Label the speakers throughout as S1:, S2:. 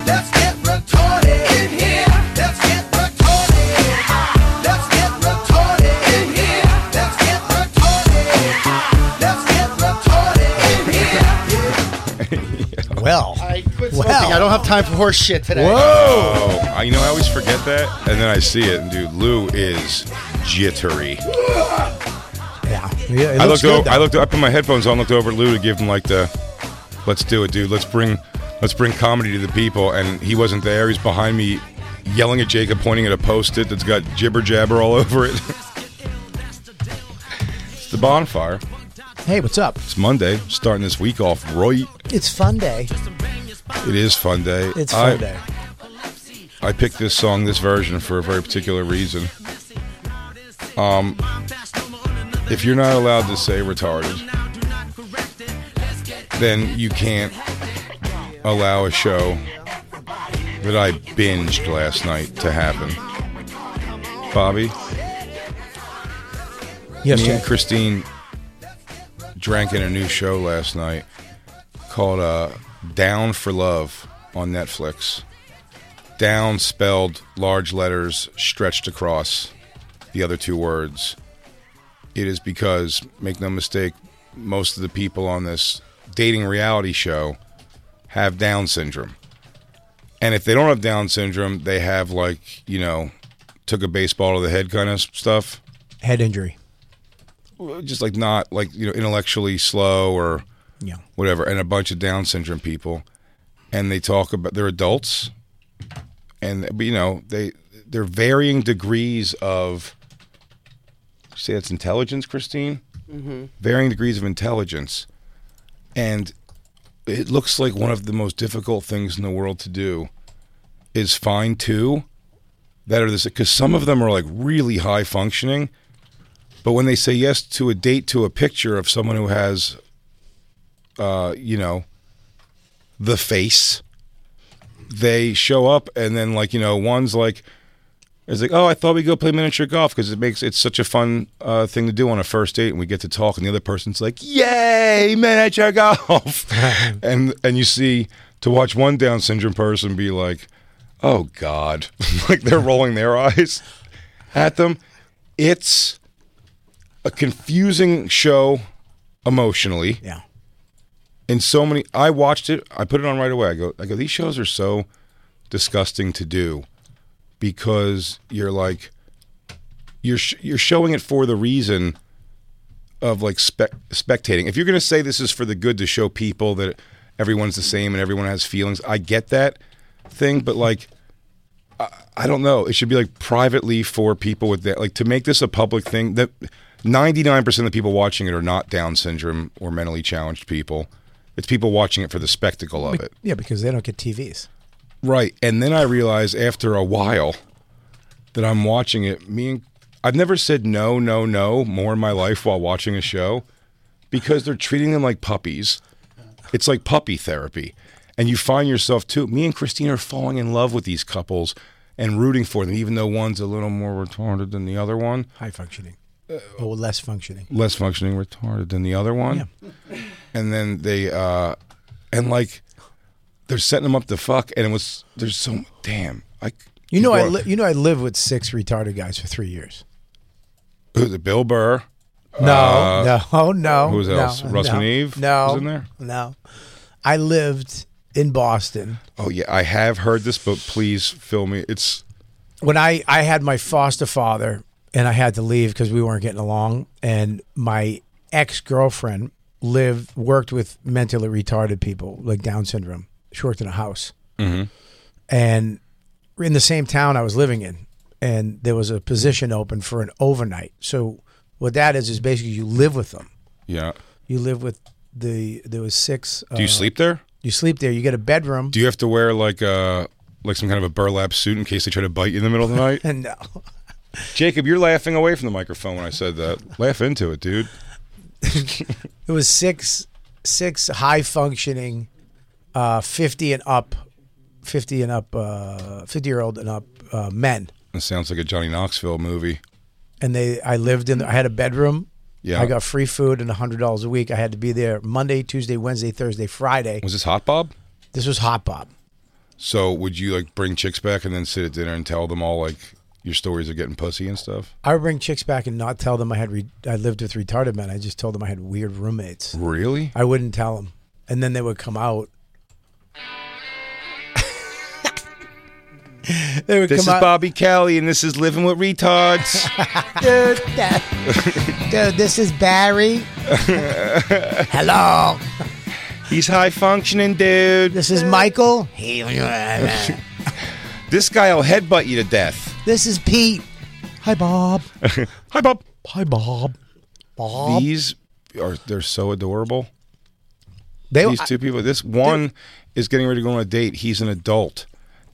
S1: Let's get retarded in here. Let's get retarded. Let's get retarded in here. Let's get retarded. Let's get retarded in here.
S2: Well,
S3: I quit
S2: Wow.
S3: smoking. I don't have time for horse shit today.
S4: Whoa! I, you know, I always forget that, and then I see it, and dude, Lou is jittery.
S2: yeah. yeah it
S4: I
S2: looks
S4: looked
S2: good,
S4: over,
S2: though.
S4: I looked I put my headphones on, looked over at Lou to give him like the let's do it, dude. Let's bring let's bring comedy to the people and he wasn't there. He's behind me yelling at Jacob pointing at a post-it that's got jibber jabber all over it. it's the bonfire.
S2: Hey, what's up?
S4: It's Monday, starting this week off right.
S2: It's fun day.
S4: It is fun day.
S2: It's fun
S4: I,
S2: day.
S4: I picked this song, this version, for a very particular reason. Um, if you're not allowed to say retarded, then you can't allow a show that I binged last night to happen. Bobby,
S2: Yes,
S4: me and
S2: Jack.
S4: Christine drank in a new show last night called uh, Down for Love on Netflix. Down spelled large letters stretched across the other two words. It is because, make no mistake, most of the people on this dating reality show have Down syndrome. And if they don't have Down syndrome, they have like, you know, took a baseball to the head kind of stuff
S2: Head injury.
S4: just like not like you know intellectually slow or
S2: Yeah.
S4: whatever and a bunch of down syndrome people and they talk about they're adults and but, you know they they're varying degrees of you say that's intelligence christine varying degrees of intelligence and it looks like one of the most difficult things in the world to do is find two that are this because some of them are like really high functioning but when they say yes to a date to a picture of someone who has, uh, you know, the face, they show up and then like you know one's like, it's like oh I thought we'd go play miniature golf because it makes it's such a fun uh, thing to do on a first date and we get to talk and the other person's like yay miniature golf and and you see to watch one Down syndrome person be like, oh God, like they're rolling their eyes at them. It's a confusing show emotionally
S2: Yeah.
S4: in so many I watched it, I put it on right away. I go I go these shows are so disgusting to do because you're like you're sh- you're showing it for the reason of like spec spectating. If you're going to say this is for the good to show people that everyone's the same and everyone has feelings, I get that thing, but like I don't know. It should be like privately for people with that, like to make this a public thing. That ninety nine percent of the people watching it are not Down syndrome or mentally challenged people. It's people watching it for the spectacle of it,
S2: Yeah, because they don't get TVs.
S4: right? And then I realize after a while that I'm watching it. Me and I've never said no, no, no more in my life while watching a show because they're treating them like puppies. It's like puppy therapy. and you find yourself too. Me and Christina are falling in love with these couples and rooting for them, even though one's a little more retarded than the other one,
S5: High functioning.
S3: Uh,
S5: or less functioning.
S4: less functioning retarded than the other one, and then they uh, and like they're setting them up to fuck, and it was there's so damn I.
S2: You know, I
S4: are-
S2: li- you know I lived with six retarded guys for three years.
S4: who's it, Bill Burr.
S2: No,
S4: Uh,
S2: no, Oh, no.
S4: who was
S2: no,
S4: else? Russ
S2: no,
S4: Maneve
S2: No,
S4: was in there?
S2: No, I lived in Boston
S4: Oh yeah, I have heard this, but please fill me. It's
S2: when I I had my foster father, and I had to leave because we weren't getting along. And my ex girlfriend lived worked with mentally retarded people, like Down syndrome. She worked in a house, mm-hmm. and in the same town I was living in, and there was a position open for an overnight. So what that is is basically you live with them.
S4: yeah.
S2: You live with the there was six. uh,
S4: Do you sleep there?
S2: You sleep there. You get a bedroom.
S4: Do you have to wear like a like some kind of a burlap suit in case they try to bite you in the middle of the night?
S2: and no,
S4: Jacob, you're laughing away from the microphone when I said that. Laugh into it, dude.
S2: it was six six high functioning, uh, fifty and up, fifty and up, uh, fifty year old and up uh, men.
S4: It sounds like a Johnny Knoxville movie.
S2: And they, I lived in. I had a bedroom.
S4: Yeah.
S2: I got free food and hundred dollars a week. I had to be there Monday, Tuesday, Wednesday, Thursday, Friday.
S4: Was this Hot Bob?
S2: This was Hot Bob.
S4: So would you like bring chicks back and then sit at dinner and tell them all like your stories of getting pussy and stuff?
S2: I would bring chicks back and not tell them I had re- I lived with retarded men. I just told them I had weird roommates.
S4: Really?
S2: I wouldn't tell them, and then they would come out. they would
S4: This is
S2: come out.
S4: Bobby Kelly, and this is living with retards.
S5: Dude, that- dude, this is Barry. Hello.
S4: He's high functioning, dude.
S5: This is Michael.
S4: This guy'll headbutt you to death.
S5: This is Pete. Hi, Bob.
S4: Hi, Bob.
S5: Hi, Bob. Bob.
S4: These are they're so adorable.
S2: They,
S4: These two people. This one is getting ready to go on a date. He's an adult,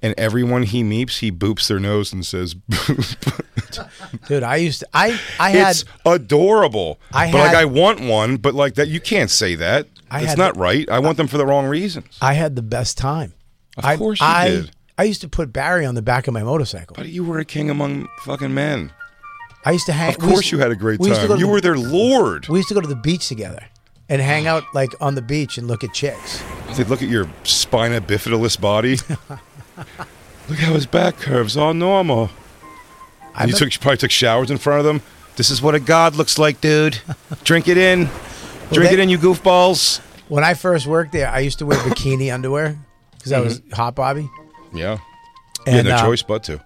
S4: and everyone he meets, he boops their nose and says, "Boop."
S2: dude, I used to, I I had
S4: "It's adorable."
S2: I
S4: but like,
S2: had-
S4: I want one, but like that, you can't say that.
S2: I
S4: That's
S2: had
S4: not
S2: the-
S4: right. I want them for the wrong reasons.
S2: I had the best time.
S4: Of
S2: I,
S4: course you
S2: I,
S4: did.
S2: I used to put Barry on the back of my motorcycle.
S4: But you were a king among fucking men.
S2: I used to hang.
S4: Of
S2: we used
S4: course,
S2: to-
S4: you had a great
S2: we used to
S4: time.
S2: go to
S4: You
S2: the-
S4: were their lord.
S2: We used to go to the beach together and hang out like on the beach and look at chicks.
S4: They look at your spina bifidalist body. look how his back curves, all normal.
S2: I
S4: you
S2: bet-
S4: took you probably took showers in front of them. This is what a god looks like, dude. Drink it in. Drink
S2: they-
S4: it in, you goofballs.
S2: when I first worked there. I used to wear bikini underwear because I was hot, Bobby.
S4: Yeah. yeah, Mm-hmm. no
S2: uh,
S4: choice but to.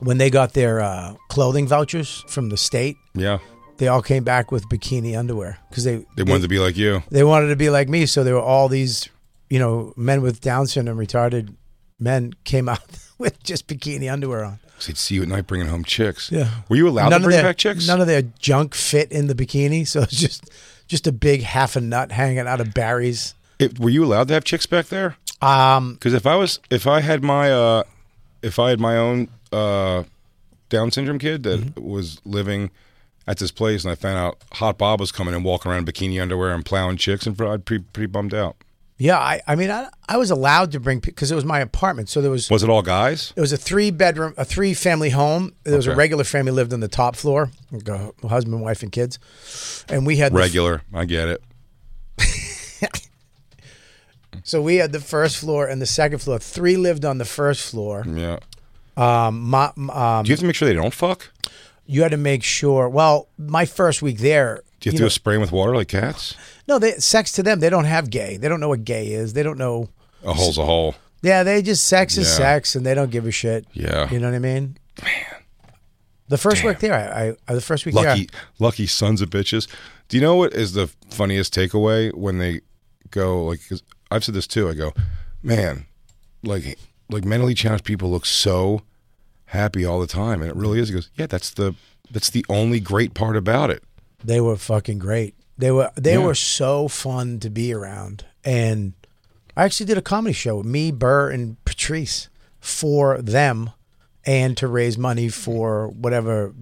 S2: When they got their uh, clothing vouchers from the state,
S4: Yeah.
S2: they all came back with bikini underwear because they
S4: They wanted to be like you.
S2: they wanted to be like me. So there were all these, you know, men with Down syndrome, retarded men came out with just bikini underwear on.
S4: 'Cause They'd see you at night bringing home chicks. Were you allowed to bring
S2: their,
S4: back chicks?
S2: None of their junk fit in the bikini, so it's just just a big half a nut hanging out of Barry's.
S4: If- were you allowed to have chicks back there?
S2: Um,
S4: Because if I was, if I had my, uh, if I had my own uh, Down syndrome kid that
S2: Mm-hmm.
S4: was living at this place, and I found out Hot Bob was coming and walking around in bikini underwear and plowing chicks, and I'd be pretty bummed out.
S2: yeah, I, I mean, I, I was allowed to bring because it was my apartment, so there was
S4: Was it all guys?
S2: It was a three bedroom, a three family home. There was
S4: Okay.
S2: a regular family lived on the top floor, like a husband, wife, and kids, and we had the f-
S4: Regular, I get it.
S2: so we had the first floor and the second floor. Three lived on the first floor.
S4: Yeah.
S2: My, um,
S4: Do you have to make sure they don't fuck?
S2: you had to make sure. Well, my first week there,
S4: Do you have to
S2: know-
S4: go spray 'em with water like cats?
S2: no, they, sex to them, they don't have gay. They don't know what gay is. They don't know.
S4: A hole's a hole.
S2: Yeah, they just sex is
S4: Yeah.
S2: sex, and they don't give a shit.
S4: Yeah.
S2: you know what I mean. Man, the first week there, I, I the first week
S4: Lucky,
S2: there,
S4: lucky sons of bitches. Do you know what is the funniest takeaway when they go like? i I've said this too. I go, man, like like mentally challenged people look so happy all the time, and it really is. He goes, yeah, that's the that's the only great part about it.
S2: They were fucking great. They were they
S4: Yeah.
S2: were so fun to be around. And I actually did a comedy show, me, Burr, and Patrice for them and to raise money for whatever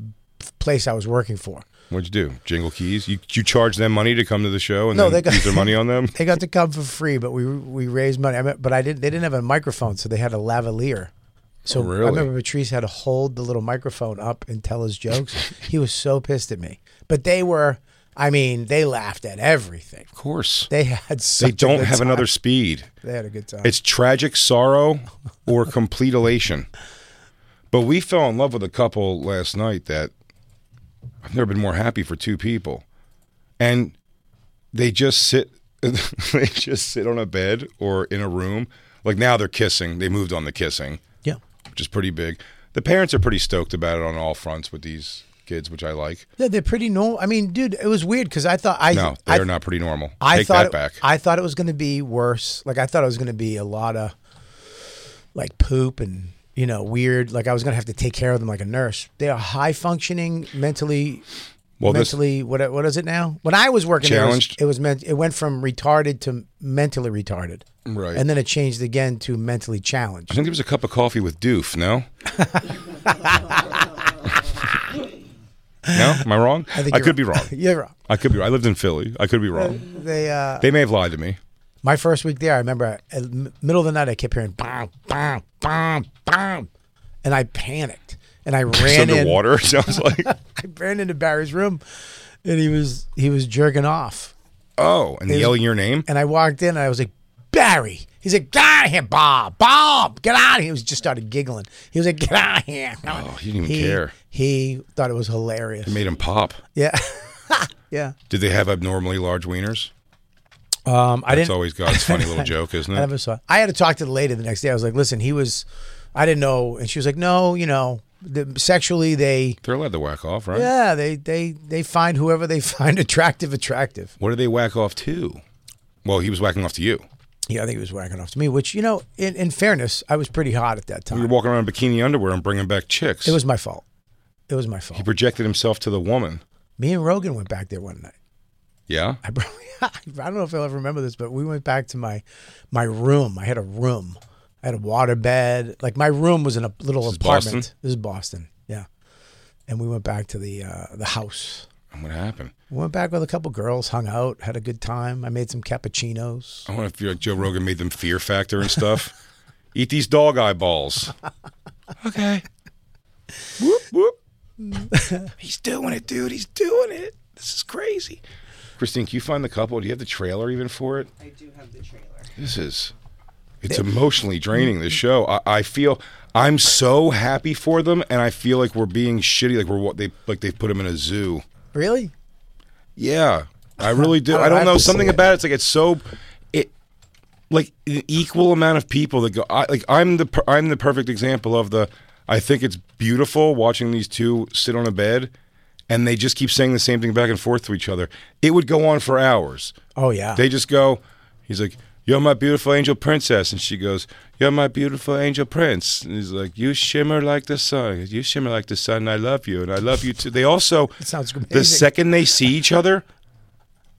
S2: place I was working for.
S4: What'd you do? Jingle keys? You you charge them money to come to the show and
S2: No,
S4: then
S2: they got-
S4: use their money on them?
S2: They got to come for free, but we we raised money. I mean, but I didn't. They didn't have a microphone, so they had a lavalier. So
S4: Oh, really?
S2: I remember Patrice had to hold the little microphone up and tell his jokes. he was so pissed at me. But they were, I mean, they laughed at everything.
S4: Of course.
S2: They had. Such
S4: They
S2: a
S4: don't
S2: good
S4: have
S2: time.
S4: another speed.
S2: They had a good time.
S4: It's tragic sorrow or complete elation. But we fell in love with a couple last night that I've never been more happy for two people. And they just sit they just sit on a bed or in a room. Like now they're kissing. They moved on the kissing,
S2: yeah.
S4: which is pretty big. The parents are pretty stoked about it on all fronts with these kids, which I like.
S2: Yeah, they're pretty normal. I mean, dude, it was weird because I thought I
S4: No,
S2: I,
S4: they're not pretty normal.
S2: I
S4: Take
S2: thought
S4: that
S2: it,
S4: back.
S2: I thought it was going to be worse. Like I thought it was going to be a lot of like poop and you know weird. Like I was going to have to take care of them like a nurse. They are high functioning mentally.
S4: well, this
S2: mentally, what what is it now? When I was working, there, it was-
S4: Challenged?
S2: It was, meant. It went from retarded to mentally retarded,
S4: Right.
S2: And then it changed again to mentally
S4: I
S2: challenged.
S4: think it was a cup of coffee with Doof, no? no? Am I wrong? I,
S2: think
S4: could
S2: you're
S4: be wrong.
S2: You're wrong.
S4: I could be I lived in Philly. I could be wrong.
S2: They uh,
S4: They may have lied to me.
S2: My first week there, I remember at m- middle of the night, I kept hearing bomb, bomb, bomb, bomb, and I panicked and I
S4: It's
S2: ran in.
S4: underwater, it sounds like.
S2: I ran into Barry's room, and he was he was jerking off,
S4: Oh, and yelling your name?
S2: and I walked in and I was like, Barry. He's like, get out of here, Bob. Bob, get out of here. He was- just started giggling. He was like, get out of here.
S4: Oh, he didn't even care.
S2: He thought it was hilarious.
S4: Made him pop.
S2: yeah. yeah.
S4: Did they have abnormally large wieners?
S2: Um, I
S4: It's
S2: didn't.
S4: always God's funny little joke, isn't
S2: I
S4: it?
S2: never saw. I had to talk to the lady the next day. I was like, "Listen, he was, I didn't know," and she was like, "No, you know, the, sexually they,
S4: They're allowed to whack off, right?
S2: yeah, they they they find whoever they find attractive attractive."
S4: What do they whack off to? Well, he was whacking off to you.
S2: Yeah, I think he was whacking off to me, which you know, in, in fairness, I was pretty hot at that
S4: You were
S2: time.
S4: walking around in bikini underwear and bringing back chicks.
S2: It was my fault. It was my
S4: he
S2: fault.
S4: projected himself to the woman.
S2: Me and Rogan went back there one night.
S4: Yeah?
S2: I probably I don't know if you'll ever remember this, but we went back to my my room. I had a room. I had a water bed. Like my room was in a little
S4: This is
S2: apartment.
S4: Boston?
S2: This is Boston. Yeah. And we went back to the uh, the house.
S4: And what happened?
S2: We went back with a couple girls, hung out, had a good time. I made some cappuccinos.
S4: I wonder if like Joe Rogan made them Fear Factor and stuff. Eat these dog eyeballs. okay. Whoop whoop. He's doing it, dude. He's doing it. This is crazy. Christine, can you find the couple? Do you have the trailer even for it? I do have the trailer. This is. It's emotionally draining. This show. I, I feel. I'm so happy for them, and I feel like we're being shitty. Like we're what they like. They put them in a zoo.
S2: Really?
S4: Yeah, I really do.
S2: I
S4: I don't
S2: have
S4: know
S2: to
S4: something
S2: see it.
S4: about it. It's like it's so, it, like an equal amount of people that go. I, like I'm the per- I'm the perfect example of the. I think it's beautiful watching these two sit on a bed, and they just keep saying the same thing back and forth to each other. It would go on for hours.
S2: Oh yeah.
S4: They just go. He's like, "You're my beautiful angel princess," and she goes, "You're my beautiful angel prince." And he's like, "You shimmer like the sun. You shimmer like the sun. and I love you, and I love you too." They also
S2: sounds
S4: the
S2: amazing.
S4: second they see each other,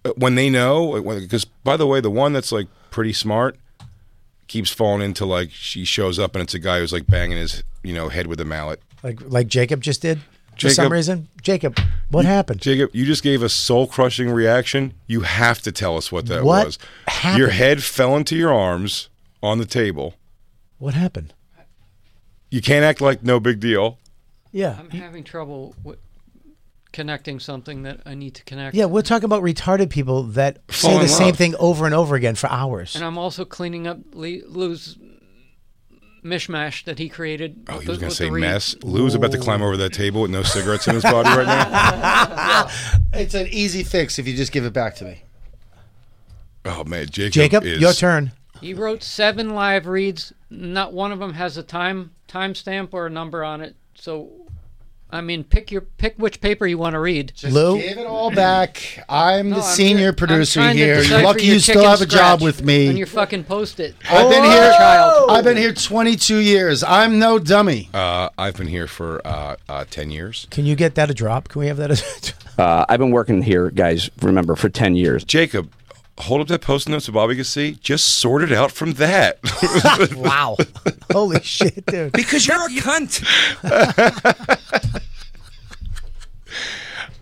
S4: uh, when they know, because by the way, the one that's like pretty smart keeps falling into like she shows up and it's a guy who's like banging his you know head with a mallet.
S2: like like Jacob just did for some
S4: Jacob-
S2: reason. Jacob, what happened?
S4: Jacob, you just gave a soul crushing reaction. You have to tell us what that
S2: What
S4: was.
S2: happened?
S4: Your head fell into your arms on the table.
S2: what happened?
S4: You can't act like no big deal.
S2: Yeah.
S6: I'm having trouble with connecting something that I need to connect.
S2: Yeah, we're talking about retarded people that
S4: Fall
S2: say
S4: in
S2: the same
S4: love.
S2: thing over and over again for hours.
S6: And I'm also cleaning up Le- Lou's mishmash that he created.
S4: Oh,
S6: with
S4: he was going
S6: the-
S4: to
S6: with
S4: say
S6: the re-
S4: mess. Lou's about to climb over that table with no cigarettes in his body right now.
S7: It's an easy fix if you just give it back to me.
S4: Oh, man. Jacob,
S2: Jacob,
S4: is,
S2: your turn.
S6: He wrote seven live reads. Not one of them has a time timestamp or a number on it. So, I mean, pick your pick which paper you want to read.
S2: Lou,
S7: Give it all back. I'm the
S6: No, I'm
S7: senior
S6: try- I'm
S7: producer
S6: trying to
S7: here. You're
S6: decipher
S7: lucky
S6: your
S7: you still
S6: chicken
S7: have a job
S6: scratch
S7: with me.
S6: On your fucking post-it.
S7: I've been here.
S6: Child.
S7: I've been here 22 years. I'm no dummy.
S4: Uh, I've been here for uh, uh, 10 years.
S2: can you get that a drop? Can we have that as a drop?
S8: Uh, I've been working here, guys, remember, for 10 years.
S4: Jacob, hold up that post note so Bobby can see. Just sort it out from that.
S2: Wow. Holy shit, dude.
S9: Because you're a cunt.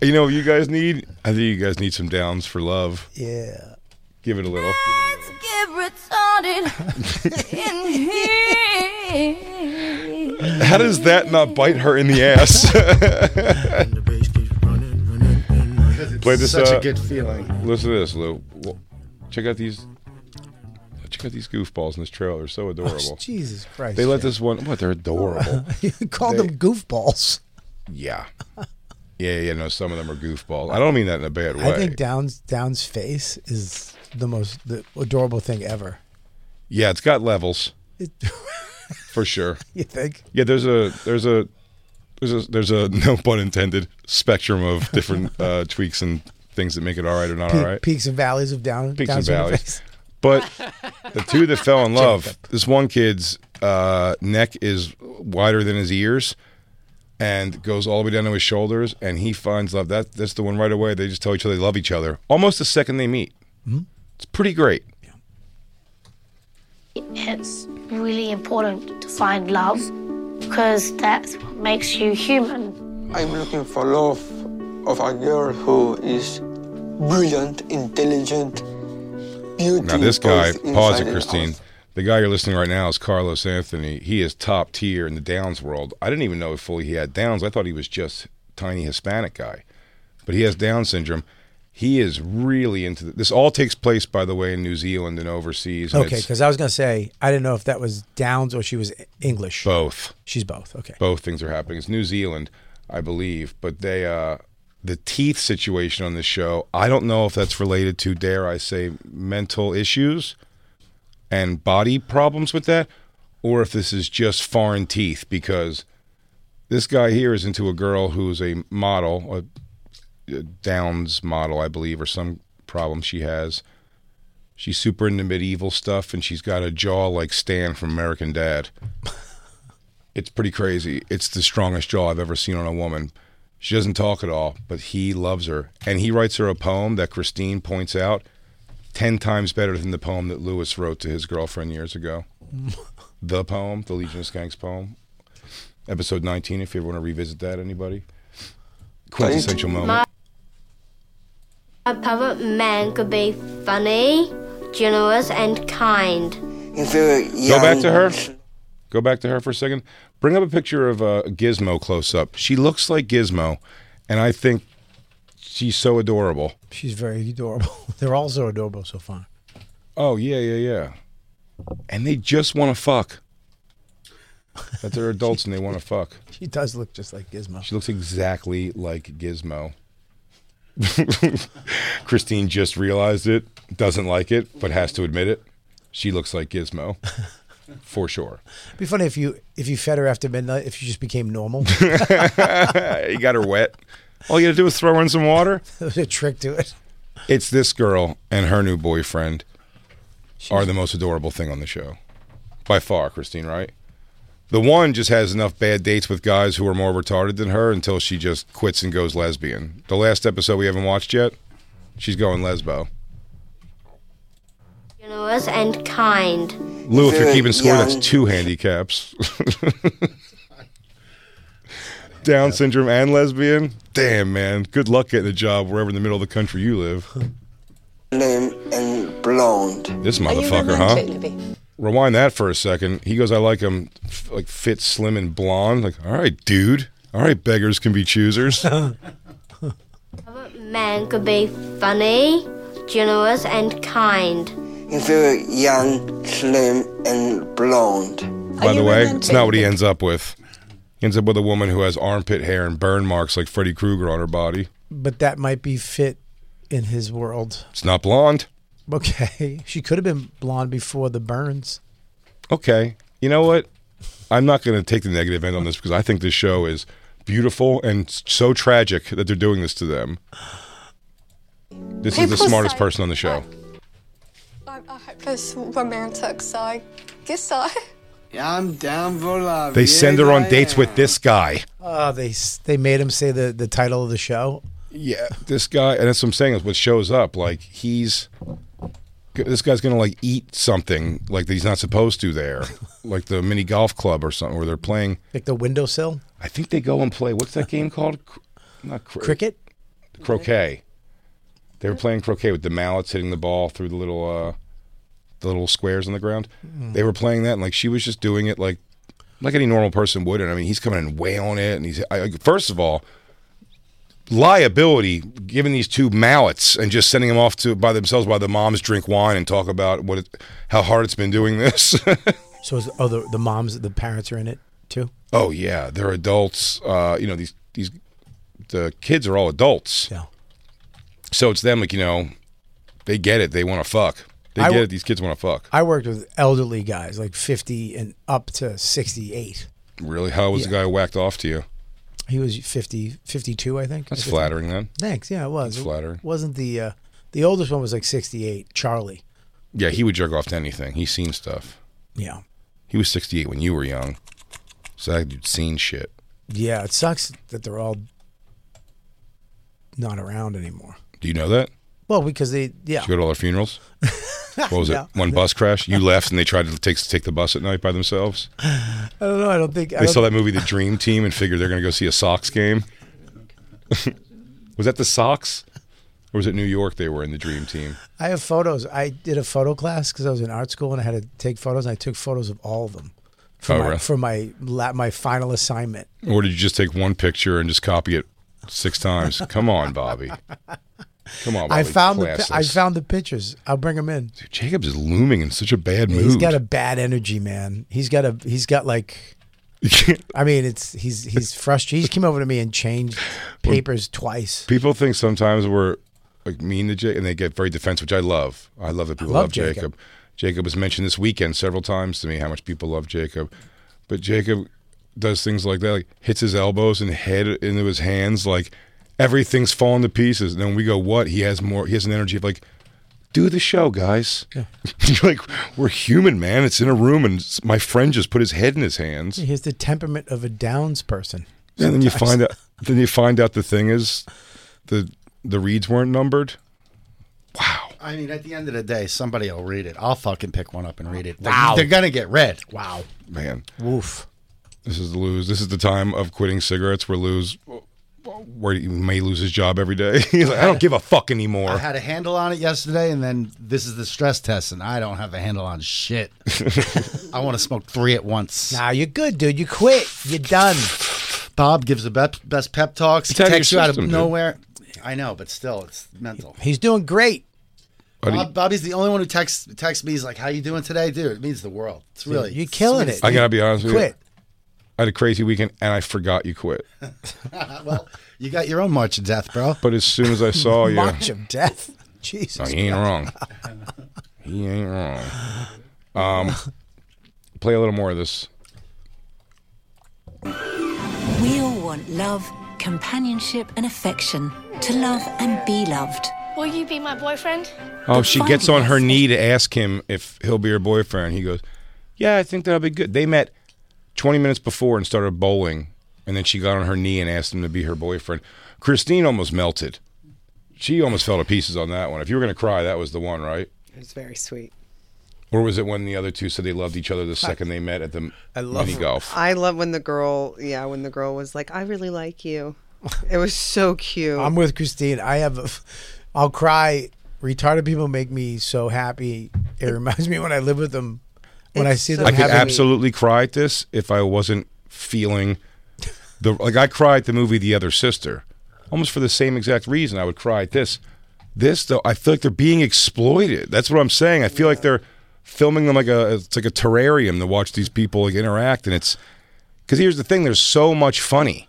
S4: You know what you guys need? I think you guys need some downs for love.
S5: Yeah.
S4: Give it a little.
S1: Let's get retarded in here.
S4: How does that not bite her in the ass? Play this.
S7: Such
S4: uh,
S7: a good feeling.
S4: Listen to this, Lou. Well, Check out these. Check out these goofballs in this trailer. They're so adorable.
S2: Jesus Christ.
S4: they let this one. What? They're adorable.
S2: You called them goofballs.
S4: yeah. Yeah, yeah. No, some of them are goofballs. I don't mean that in a bad way.
S2: I think Down's Down's face is the most the adorable thing ever.
S4: yeah, it's got levels
S2: It,
S4: for sure.
S2: you think?
S4: Yeah, there's a there's a there's a there's a no pun intended spectrum of different uh, tweaks and things that make it all right or not all
S2: Pe-
S4: right.
S2: Peaks and valleys of Down.
S4: Peaks and
S2: Down's inner
S4: valleys.
S2: face.
S4: But the two that fell in love, this one kid's uh, neck is wider than his ears and goes all the way down to his shoulders, and he finds love. That that's the one right away. They just tell each other they love each other almost the second they meet. It's pretty great.
S9: It's really important to find love because that's what makes you human.
S1: I'm looking for love of a girl who is brilliant, intelligent, beautiful.
S4: Now this guy,
S1: both
S4: pause
S1: inside
S4: it,
S1: and
S4: Christine.
S1: out.
S4: The guy you're listening right now is Carlos Anthony. He is top tier in the Downs world. I didn't even know fully he had Downs. I thought he was just tiny Hispanic guy, but he has Down syndrome. He is really into the, this. All takes place, by the way, in New Zealand and overseas. And
S2: Okay,
S4: it's
S2: because I was gonna say I didn't know if that was Downs or she was English.
S4: both.
S2: She's both. Okay.
S4: both things are happening. It's New Zealand, I believe, but they uh the teeth situation on this show, I don't know if that's related to dare I say mental issues and body problems with that or if this is just foreign teeth because this guy here is into a girl who's a model, a a Downs model, I believe, or some problem she has. She's super into medieval stuff, and she's got a jaw like Stan from American Dad. It's pretty crazy. It's the strongest jaw I've ever seen on a woman. She doesn't talk at all, but he loves her. And he writes her a poem that Christine points out 10 times better than the poem that Lewis wrote to his girlfriend years ago. the poem, the Legion of Skanks poem. Episode 19, if you ever want to revisit that, anybody? Quintessential moment.
S9: A puppet man could be funny, generous, and kind.
S1: And very
S4: Go back
S1: young.
S4: to her. Go back to her for a second. Bring up a picture of uh, Gizmo close up. She looks like Gizmo, and I think she's so adorable.
S2: She's very adorable. They're all so adorable so far.
S4: Oh yeah, yeah, yeah. And they just want to fuck. That they're adults and they want to fuck.
S2: She does look just like Gizmo.
S4: She looks exactly like Gizmo. Christine just realized it, doesn't like it, but has to admit it. She looks like Gizmo, for sure.
S2: It'd be funny if you if you fed her after midnight if she just became normal.
S4: You got her wet. All you got to do is throw her in some water.
S2: There's a trick to it.
S4: It's this girl and her new boyfriend are the most adorable thing on the show. By far, Christine, right? The one just has enough bad dates with guys who are more retarded than her until she just quits and goes lesbian. The last episode we haven't watched yet, she's going lesbo.
S9: Generous and kind.
S4: Lou, if you're
S1: Very
S4: keeping score, that's
S1: young.
S4: two handicaps. Down syndrome and lesbian? Damn, man. Good luck getting a job wherever in the middle of the country you live.
S1: Slim and blonde.
S4: This motherfucker, huh? Rewind that for a second. He goes, "I like him, f- like fit, slim, and blonde." Like, all right, dude. All right, beggars can be choosers.
S9: Puppet man could be funny, generous, and kind.
S1: And very young, slim and blonde.
S4: By the way, it's not what he ends up with. He ends up with a woman who has armpit hair and burn marks like Freddy Krueger on her body.
S2: But that might be fit in his world.
S4: It's not blonde.
S2: Okay. She could have been blonde before the burns.
S4: Okay, you know what? I'm not going to take the negative end on this because I think this show is beautiful and s- so tragic that they're doing this to them. This is the
S10: People
S4: smartest
S10: say-
S4: person on the show.
S10: I'm a hopeless romantic, so I guess so.
S1: I'm down for love.
S4: They send her on dates with this guy.
S2: Oh, they s- they made him say the, the title of the show.
S4: Yeah, this guy, and that's what I'm saying is what shows up. Like he's, this guy's gonna like eat something like that he's not supposed to there, like the mini golf club or something where they're playing.
S2: Like the windowsill?
S4: I think they go and play. What's that game called? Cr- Not cr-
S2: Cricket?
S4: croquet. They were playing croquet with the mallets hitting the ball through the little uh, the little squares on the ground.
S11: Mm.
S4: They were playing that, and like she was just doing it like like any normal person would. And I mean, he's coming and wailing it, and he's I, I- first of all liability giving these two mallets and just sending them off to by themselves while the moms drink wine and talk about what it, how hard it's been doing this.
S2: So is, oh, the, the moms, the parents are in it too.
S4: Oh yeah, they're adults. Uh, you know these these the kids are all adults.
S2: Yeah.
S4: So it's them like you know, they get it. They want to fuck. They
S2: I
S4: get
S2: w-
S4: it. These kids want to fuck.
S2: I worked with elderly guys, like fifty and up to sixty-eight.
S4: Really? How was the guy who whacked off to you?
S2: He was 50, 52, I think.
S4: That's
S2: 50.
S4: flattering then.
S2: Thanks. Yeah, it was.
S4: That's
S2: It
S4: flattering.
S2: Wasn't the uh, the oldest one was like sixty-eight, Charlie.
S4: Yeah, he would jerk off to anything. He's seen stuff.
S2: Yeah.
S4: He was 68 when you were young, so that dude's seen shit.
S2: Yeah, it sucks that they're all not around anymore.
S4: Do you know that?
S2: Well, because they yeah.
S4: Did you go to all their funerals? What was
S2: No.
S4: it? One bus crash. You left, and they tried to take take the bus at night by themselves.
S2: I don't know. I don't think I
S4: They
S2: don't,
S4: saw that movie, The Dream Team, and figured they're going to go see a Sox game. was that the Sox, or was it New York? They were in the Dream Team.
S2: I have photos. I did a photo class because I was in art school and I had to take photos. And I took photos of all of them for
S4: Oh,
S2: my
S4: really?
S2: for my la- my final assignment.
S4: Or did you just take one picture and just copy it six times? Come on, Bobby. Come on, Bobby.
S2: I found the pi- I
S4: Classless.
S2: found the pictures. I'll bring them in.
S4: Dude, Jacobs is looming in such a bad mood.
S2: He's got a bad energy, man. He's got a he's got like. I mean, it's he's he's frustrated. He came over to me and changed papers twice.
S4: People think sometimes we're like mean to Jacob, and they get very defensive, which I love. I love that people
S2: love
S4: love, Jacob. Jacob.
S2: Jacob.
S4: was mentioned this weekend several times to me how much people love Jacob, but Jacob does things like that, like hits his elbows and head into his hands, like everything's falling to pieces. And then we go, "What? He has more. He has an energy of like." Do the show, guys. You're like, we're human, man. It's in a room, and s- my friend just put his head in his hands.
S2: He has the temperament of a Downs person.
S4: And then you
S2: Sometimes.
S4: find out. Then you find out the thing is, the the reads weren't numbered.
S7: I mean, at the end of the day, somebody will read it. I'll fucking pick one up and read it. They're-
S4: Wow.
S7: They're, going to get read. Wow.
S4: Man,
S2: woof.
S4: This is the lose. This is the time of quitting cigarettes. Where lose, where he may lose his job every day. He's like, I don't give a fuck
S7: I
S4: anymore.
S7: had a handle on it yesterday, and then this is the stress test, and I don't have a handle on shit. I want to smoke three at once.
S2: Nah, you're good, dude. You quit. You're done.
S7: Bob gives the best, best pep talks.
S2: It's
S7: He
S2: out of your
S7: takes you out of
S2: system, dude.
S7: nowhere. I know, but still, it's mental.
S2: He's doing great.
S4: How do you-
S7: Bob, Bobby's the only one who texts texts me. He's like, "How you doing today, dude?" It means the world. It's
S2: Dude,
S7: really
S2: you're killing it.
S4: I gotta be honest with
S7: Quit.
S4: you. I had a crazy weekend and I forgot you quit.
S7: well, you got your own march of death, bro.
S4: But as soon as I saw you,
S2: March of death. Jesus.
S4: No, he ain't wrong. he ain't wrong. Um, play a little more of this.
S12: We all want love, companionship, and affection. To love and be loved.
S9: Will you be my boyfriend?
S4: Oh, she
S9: fun
S4: gets on her knee to ask him if he'll be her boyfriend. He goes, "Yeah, I think that'll be good." They met 20 minutes before and started bowling, and then she got on her knee and asked him to be her boyfriend. Christine almost melted. She almost fell to pieces on that one. If you were going to cry, that was the one, right?
S13: It was very sweet.
S4: Or was it when the other two said they loved each other the second they met at the
S13: I love
S4: mini golf?
S13: I love when the girl, yeah, when the girl was like, "I really like you." It was so cute.
S2: I'm with Christine. I have, a, I'll cry. Retarded people make me so happy. It reminds me when I live with them, when I see them.
S4: I could
S2: having-
S4: absolutely cry at this if I wasn't feeling the like I cried at the movie The Other Sister, almost for the same exact reason I would cry at this. This though, I feel like they're being exploited. That's what I'm saying. I feel like they're filming them like a it's like a terrarium to watch these people like interact, and it's because here's the thing: there's so much funny.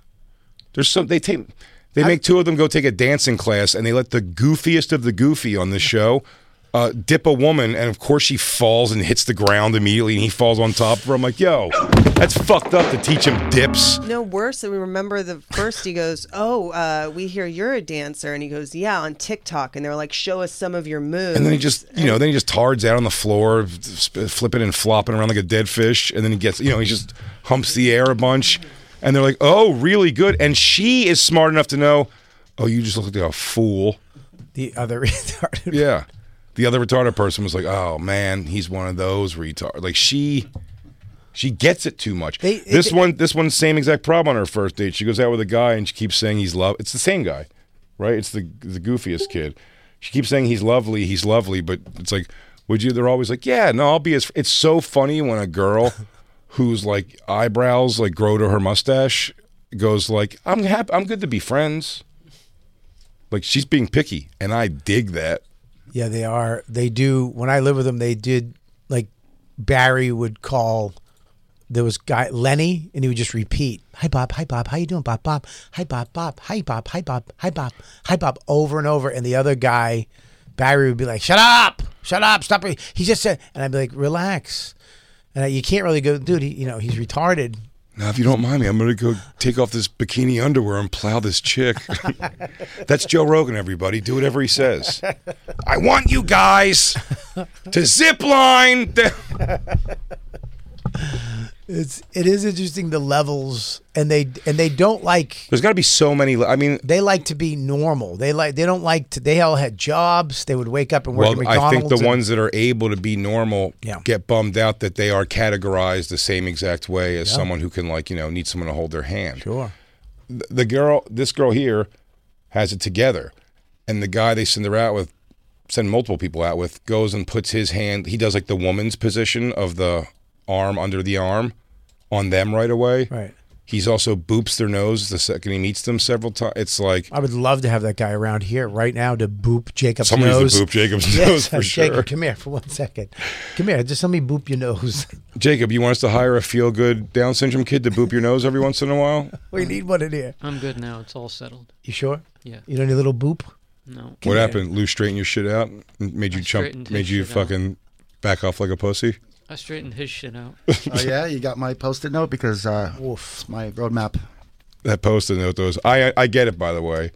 S4: There's so they take they make two of them go take a dancing class, and they let the goofiest of the goofy on this show uh, dip a woman, and of course she falls and hits the ground immediately, and he falls on top of her. I'm like, yo, that's fucked up to teach him dips.
S13: No, worse. And we remember the first. He goes, "Oh, uh, we hear you're a dancer," and he goes, "Yeah, on TikTok." And they're like, "Show us some of your moves."
S4: And then he just, you know, then he just tards out on the floor, sp- flipping and flopping around like a dead fish. And then he gets, you know, he just humps the air a bunch. And they're like, oh, really good. And she is smart enough to know, oh, you just look like a fool.
S2: the other retarded.
S4: Yeah. The other retarded person was like, oh, man, he's one of those retard. Like she. She gets it too much. this one, this one, same exact problem on her first date. She goes out with a guy and she keeps saying he's love. It's the same guy, right? It's the the goofiest kid. She keeps saying he's lovely, he's lovely, but it's like, would you? They're always like, yeah, no, I'll be his. fr-" It's so funny when a girl whose like eyebrows like grow to her mustache goes like, I'm happy, I'm good to be friends. Like she's being picky, and I dig that.
S2: Yeah, they are. They do. When I lived with them, they did like Barry would call. There was guy Lenny, and he would just repeat, "Hi Bob, hi Bob, how you doing, Bob, Bob, hi Bob, Bob, hi Bob, hi Bob, hi Bob, hi Bob," over and over. And the other guy, Barry, would be like, "Shut up, shut up, stop it." He just said, and I'd be like, "Relax." And I, you can't really go, dude. He, you know, he's retarded.
S4: Now, if you don't mind me, I'm going to go take off this bikini underwear and plow this chick. That's Joe Rogan, everybody. Do whatever he says. I want you guys to zip line. down-
S2: It's it is interesting the levels, and they and they don't like
S4: There's got to be so many. I mean,
S2: they like to be normal. They like they don't like to. They all had jobs. They would wake up and work
S4: well,
S2: at
S4: I
S2: McDonald's.
S4: think the
S2: and-
S4: ones that are able to be normal
S2: Yeah.
S4: get bummed out that they are categorized the same exact way as
S2: Yeah.
S4: someone who can, like, you know, need someone to hold their hand.
S2: Sure.
S4: Th- The girl, this girl here, has it together, and the guy they send her out with, send multiple people out with, goes and puts his hand. He does like the woman's position of the arm under the arm on them right away.
S2: Right.
S4: He's also boops their nose the second he meets them several times. It's like
S2: I would love to have that guy around here right now to boop Jacob's
S4: Somebody
S2: nose.
S4: needs to boop Jacob's
S2: Yes,
S4: nose for
S2: Jacob,
S4: sure.
S2: come here for one second. Come here, just let me boop your nose.
S4: Jacob, you want us to hire a feel good Down syndrome kid to boop your nose every once in a while?
S2: we need one in here.
S6: I'm good now. It's all settled.
S2: You sure?
S6: Yeah.
S2: You don't need a little boop.
S6: No.
S4: What happened? Lou straightened your shit out? and Made you jump?
S6: straightened his
S4: Made you
S6: shit out.
S4: fucking back off like a pussy?
S6: I straightened his shit out.
S7: Oh yeah, you got my post-it note because uh, it's my roadmap.
S4: That post-it note those. I I get it by the way.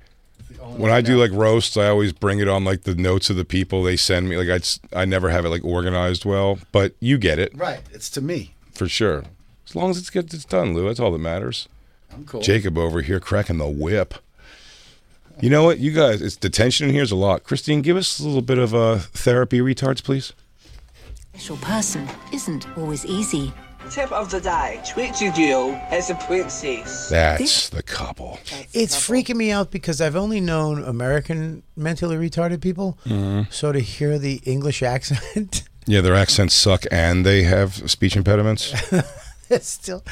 S4: When I do like roasts, I always bring it on like the notes of the people they send me. Like I s- I never have it like organized well, but you get it
S7: Right, it's to me.
S4: for sure. As long as it's gets it's done, Lou. That's all that matters.
S7: I'm cool.
S4: Jacob over here cracking the whip. You know what, you guys? It's the tension in here is a lot. Christine, give us a little bit of uh, therapy, retards, please.
S12: Special person isn't always easy.
S11: Tip of the day, treat you do as a princess.
S4: That's the couple.
S2: It's freaking me out because I've only known American mentally retarded people.
S4: Mhm.
S2: So to hear the English accent,
S4: Yeah, their accents suck, and they have speech impediments.
S2: it's still,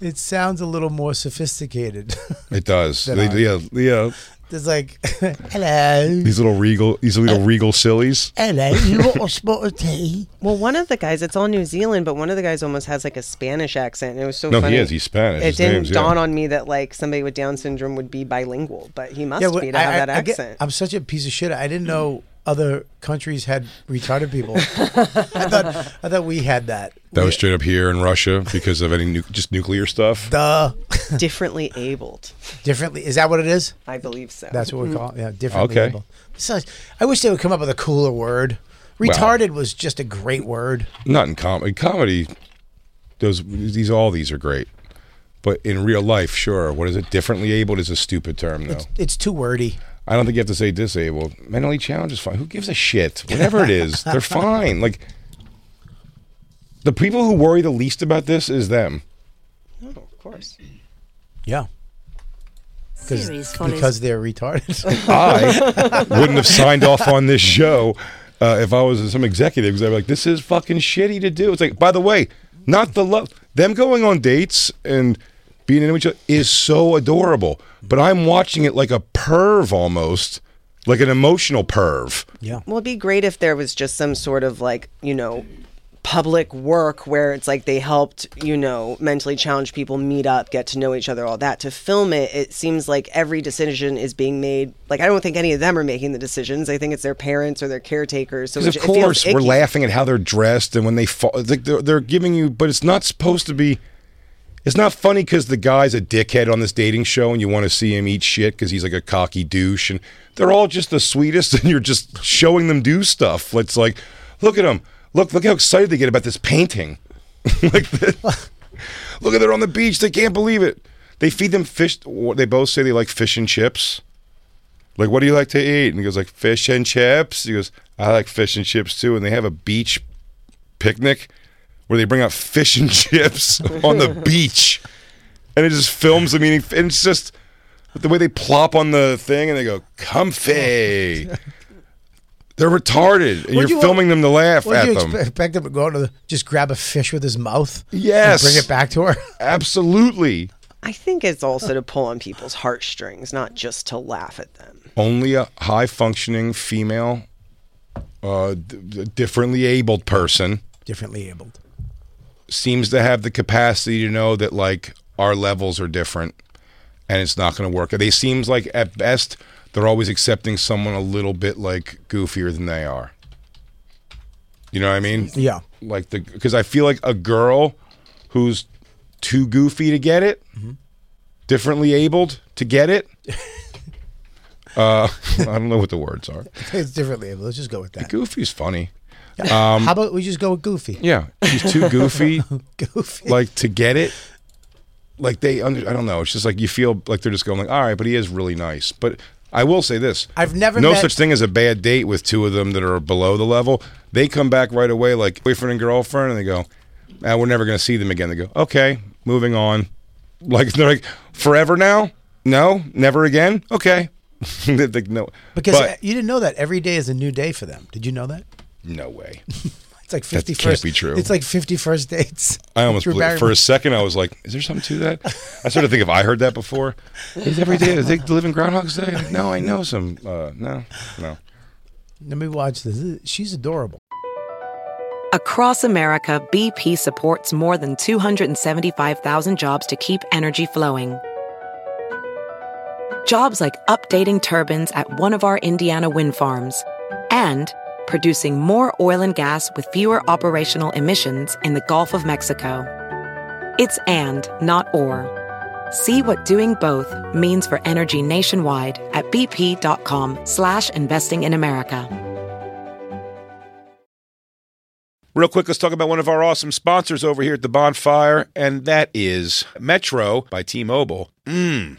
S2: it sounds a little more sophisticated.
S4: It does.
S2: That
S4: They,
S2: I-
S4: yeah, yeah.
S2: It's like, hello,
S4: These little regal, these little regal sillies.
S2: hello. You want a spot of tea?
S13: Well, one of the guys, it's all New Zealand, but one of the guys almost has like a Spanish accent. It was so
S4: No, he
S13: funny.
S4: is. He's Spanish.
S13: It
S4: His
S13: didn't
S4: name's- yeah.
S13: dawn on me that like somebody with Down syndrome would be bilingual, but he must
S2: well,
S13: be to have that
S2: I get-
S13: accent.
S2: I'm such a piece of shit. I didn't know other countries had retarded people. I thought I thought we had that.
S4: That was straight up here in Russia because of any nu- just nuclear stuff.
S2: Duh.
S13: differently abled.
S2: Differently is that what it is?
S13: I Mm-hmm. believe so.
S2: That's what we call it. Yeah, differently
S4: Okay.
S2: able. Besides, I wish they would come up with a cooler word.
S4: Well-
S2: Retarded was just a great word.
S4: Not in comedy. Comedy, those these all these are great, but in real life, sure. What is it? Differently abled is a stupid term, though.
S2: It's too wordy.
S4: I don't think you have to say disabled. Mentally challenged is fine. Who gives a shit? Whatever it is, they're fine. Like the people who worry the least about this is them.
S13: Oh, of course.
S2: Yeah. 'Cause-
S12: Series follows.
S2: Because they're retarded.
S4: I wouldn't have signed off on this show uh, if I was some executive because I'd be like, this is fucking shitty to do. It's like, by the way, not the love. Them going on dates and being into each other is so adorable, but I'm watching it like a perv almost, like an emotional perv.
S2: Yeah.
S13: Well, it'd be great if there was just some sort of like, you know, public work where it's like they helped, you know, mentally challenged people meet up, get to know each other, all that. To film it, it seems like every decision is being made. Like, I don't think any of them are making the decisions. I think it's their parents or their caretakers. So,
S4: Because
S13: it-
S4: of
S13: it feels
S4: course we're
S13: icky.
S4: laughing at how they're dressed and when they fall, it's like they're, they're giving you, but it's not supposed to be. It's not funny because the guy's a dickhead on this dating show and you want to see him eat shit because he's like a cocky douche and they're all just the sweetest and you're just showing them do stuff. It's like, look at them, look, look how excited they get about this painting. like, the- look at they're on the beach, they can't believe it. They feed them fish. They both say they like fish and chips. Like, what do you like to eat? And he goes, like, fish and chips. He goes, I like fish and chips too. And they have a beach picnic where they bring out fish and chips on the beach. And it just films the meeting. And it's just, But the way they plop on the thing and they go comfy, they're retarded, and
S2: What'd
S4: you're
S2: you-
S4: filming them to laugh
S2: Would
S4: at
S2: you
S4: them.
S2: expect him to go to the, just grab a fish with his mouth? and
S13: Yes.
S2: bring it back to her.
S4: Absolutely.
S13: I think it's also to pull on people's heartstrings, not just to laugh at them.
S4: Only a high functioning female, uh, d- d- differently abled person
S2: Differently abled.
S4: seems to have the capacity to know that like our levels are different, and it's not going to work. They seems like at best they're always accepting someone a little bit like goofier than they are. You know what I mean?
S2: Yeah.
S4: Like the because I feel like a girl who's too goofy to get it, differently abled to get it. uh, I don't know what the words are.
S2: It's differently abled. Let's just go with that.
S4: Goofy's funny.
S2: How about we just go with Goofy?
S4: Um, Yeah, she's too goofy.
S2: Goofy.
S4: Like to get it. Like they, under, I don't know. It's just like you feel like they're just going like, all right, but he is really nice. But I will say this:
S2: I've never
S4: no
S2: met-
S4: such thing as a bad date with two of them that are below the level. They come back right away like boyfriend and girlfriend, and they go, ah, "We're never going to see them again." They go, "Okay, moving on." Like they're like forever now. No, never again. Okay, They're like, no,
S2: Because
S4: But-
S2: you didn't know that every day is a new day for them. Did you know that?
S4: no way.
S2: It's like
S4: That
S2: 51st.
S4: can't be true.
S2: It's like 51st dates.
S4: I almost
S2: Drew
S4: believe, for
S2: Barrymore.
S4: a second I was like, "Is there something to that?" I started to think if I heard that before. Is every day they live in Groundhog's Day? Like, no, I know some. Uh, no, no.
S2: Let me watch this. She's adorable.
S14: Across America, BP supports more than 275,000 jobs to keep energy flowing. Jobs like updating turbines at one of our Indiana wind farms and producing more oil and gas with fewer operational emissions in the Gulf of Mexico. It's and, not or. See what doing both means for energy nationwide at bp.com slash investing in America.
S4: Real quick, let's talk about one of our awesome sponsors over here at the Bonfire, and that is Metro by T-Mobile. Mmm.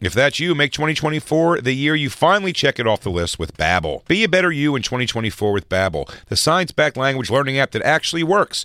S4: If that's you, make 2024 the year you finally check it off the list with Babbel. Be a better you in 2024 with Babbel, the science-backed language learning app that actually works.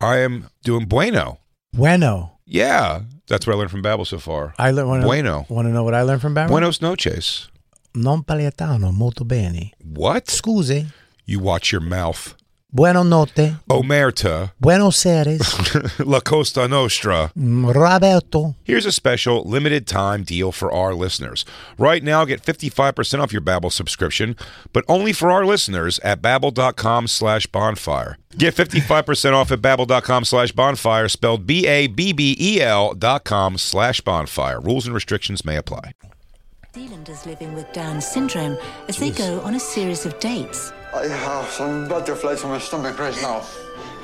S4: I am doing bueno.
S2: Bueno.
S4: Yeah, that's what I learned from Babbel so far.
S2: I learned. Wanna,
S4: bueno.
S2: Want to know what I learned from Barry?
S4: Buenos noches.
S2: Non paletano molto bene.
S4: What?
S2: Scusi.
S4: You watch your mouth.
S2: Buenos notte.
S4: Omerta.
S2: Buenos Aires.
S4: La Costa Nostra.
S2: Mm, Roberto.
S4: Here's a special limited time deal for our listeners. Right now, get 55% off your Babbel subscription, but only for our listeners at babbel.com slash bonfire. Get 55% off at babbel.com slash bonfire, spelled B-A-B-B-E-L E dot com slash bonfire. Rules and restrictions may apply.
S12: Zealanders living with Down syndrome as they go on a series of dates.
S15: I have some butterflies in my stomach right now.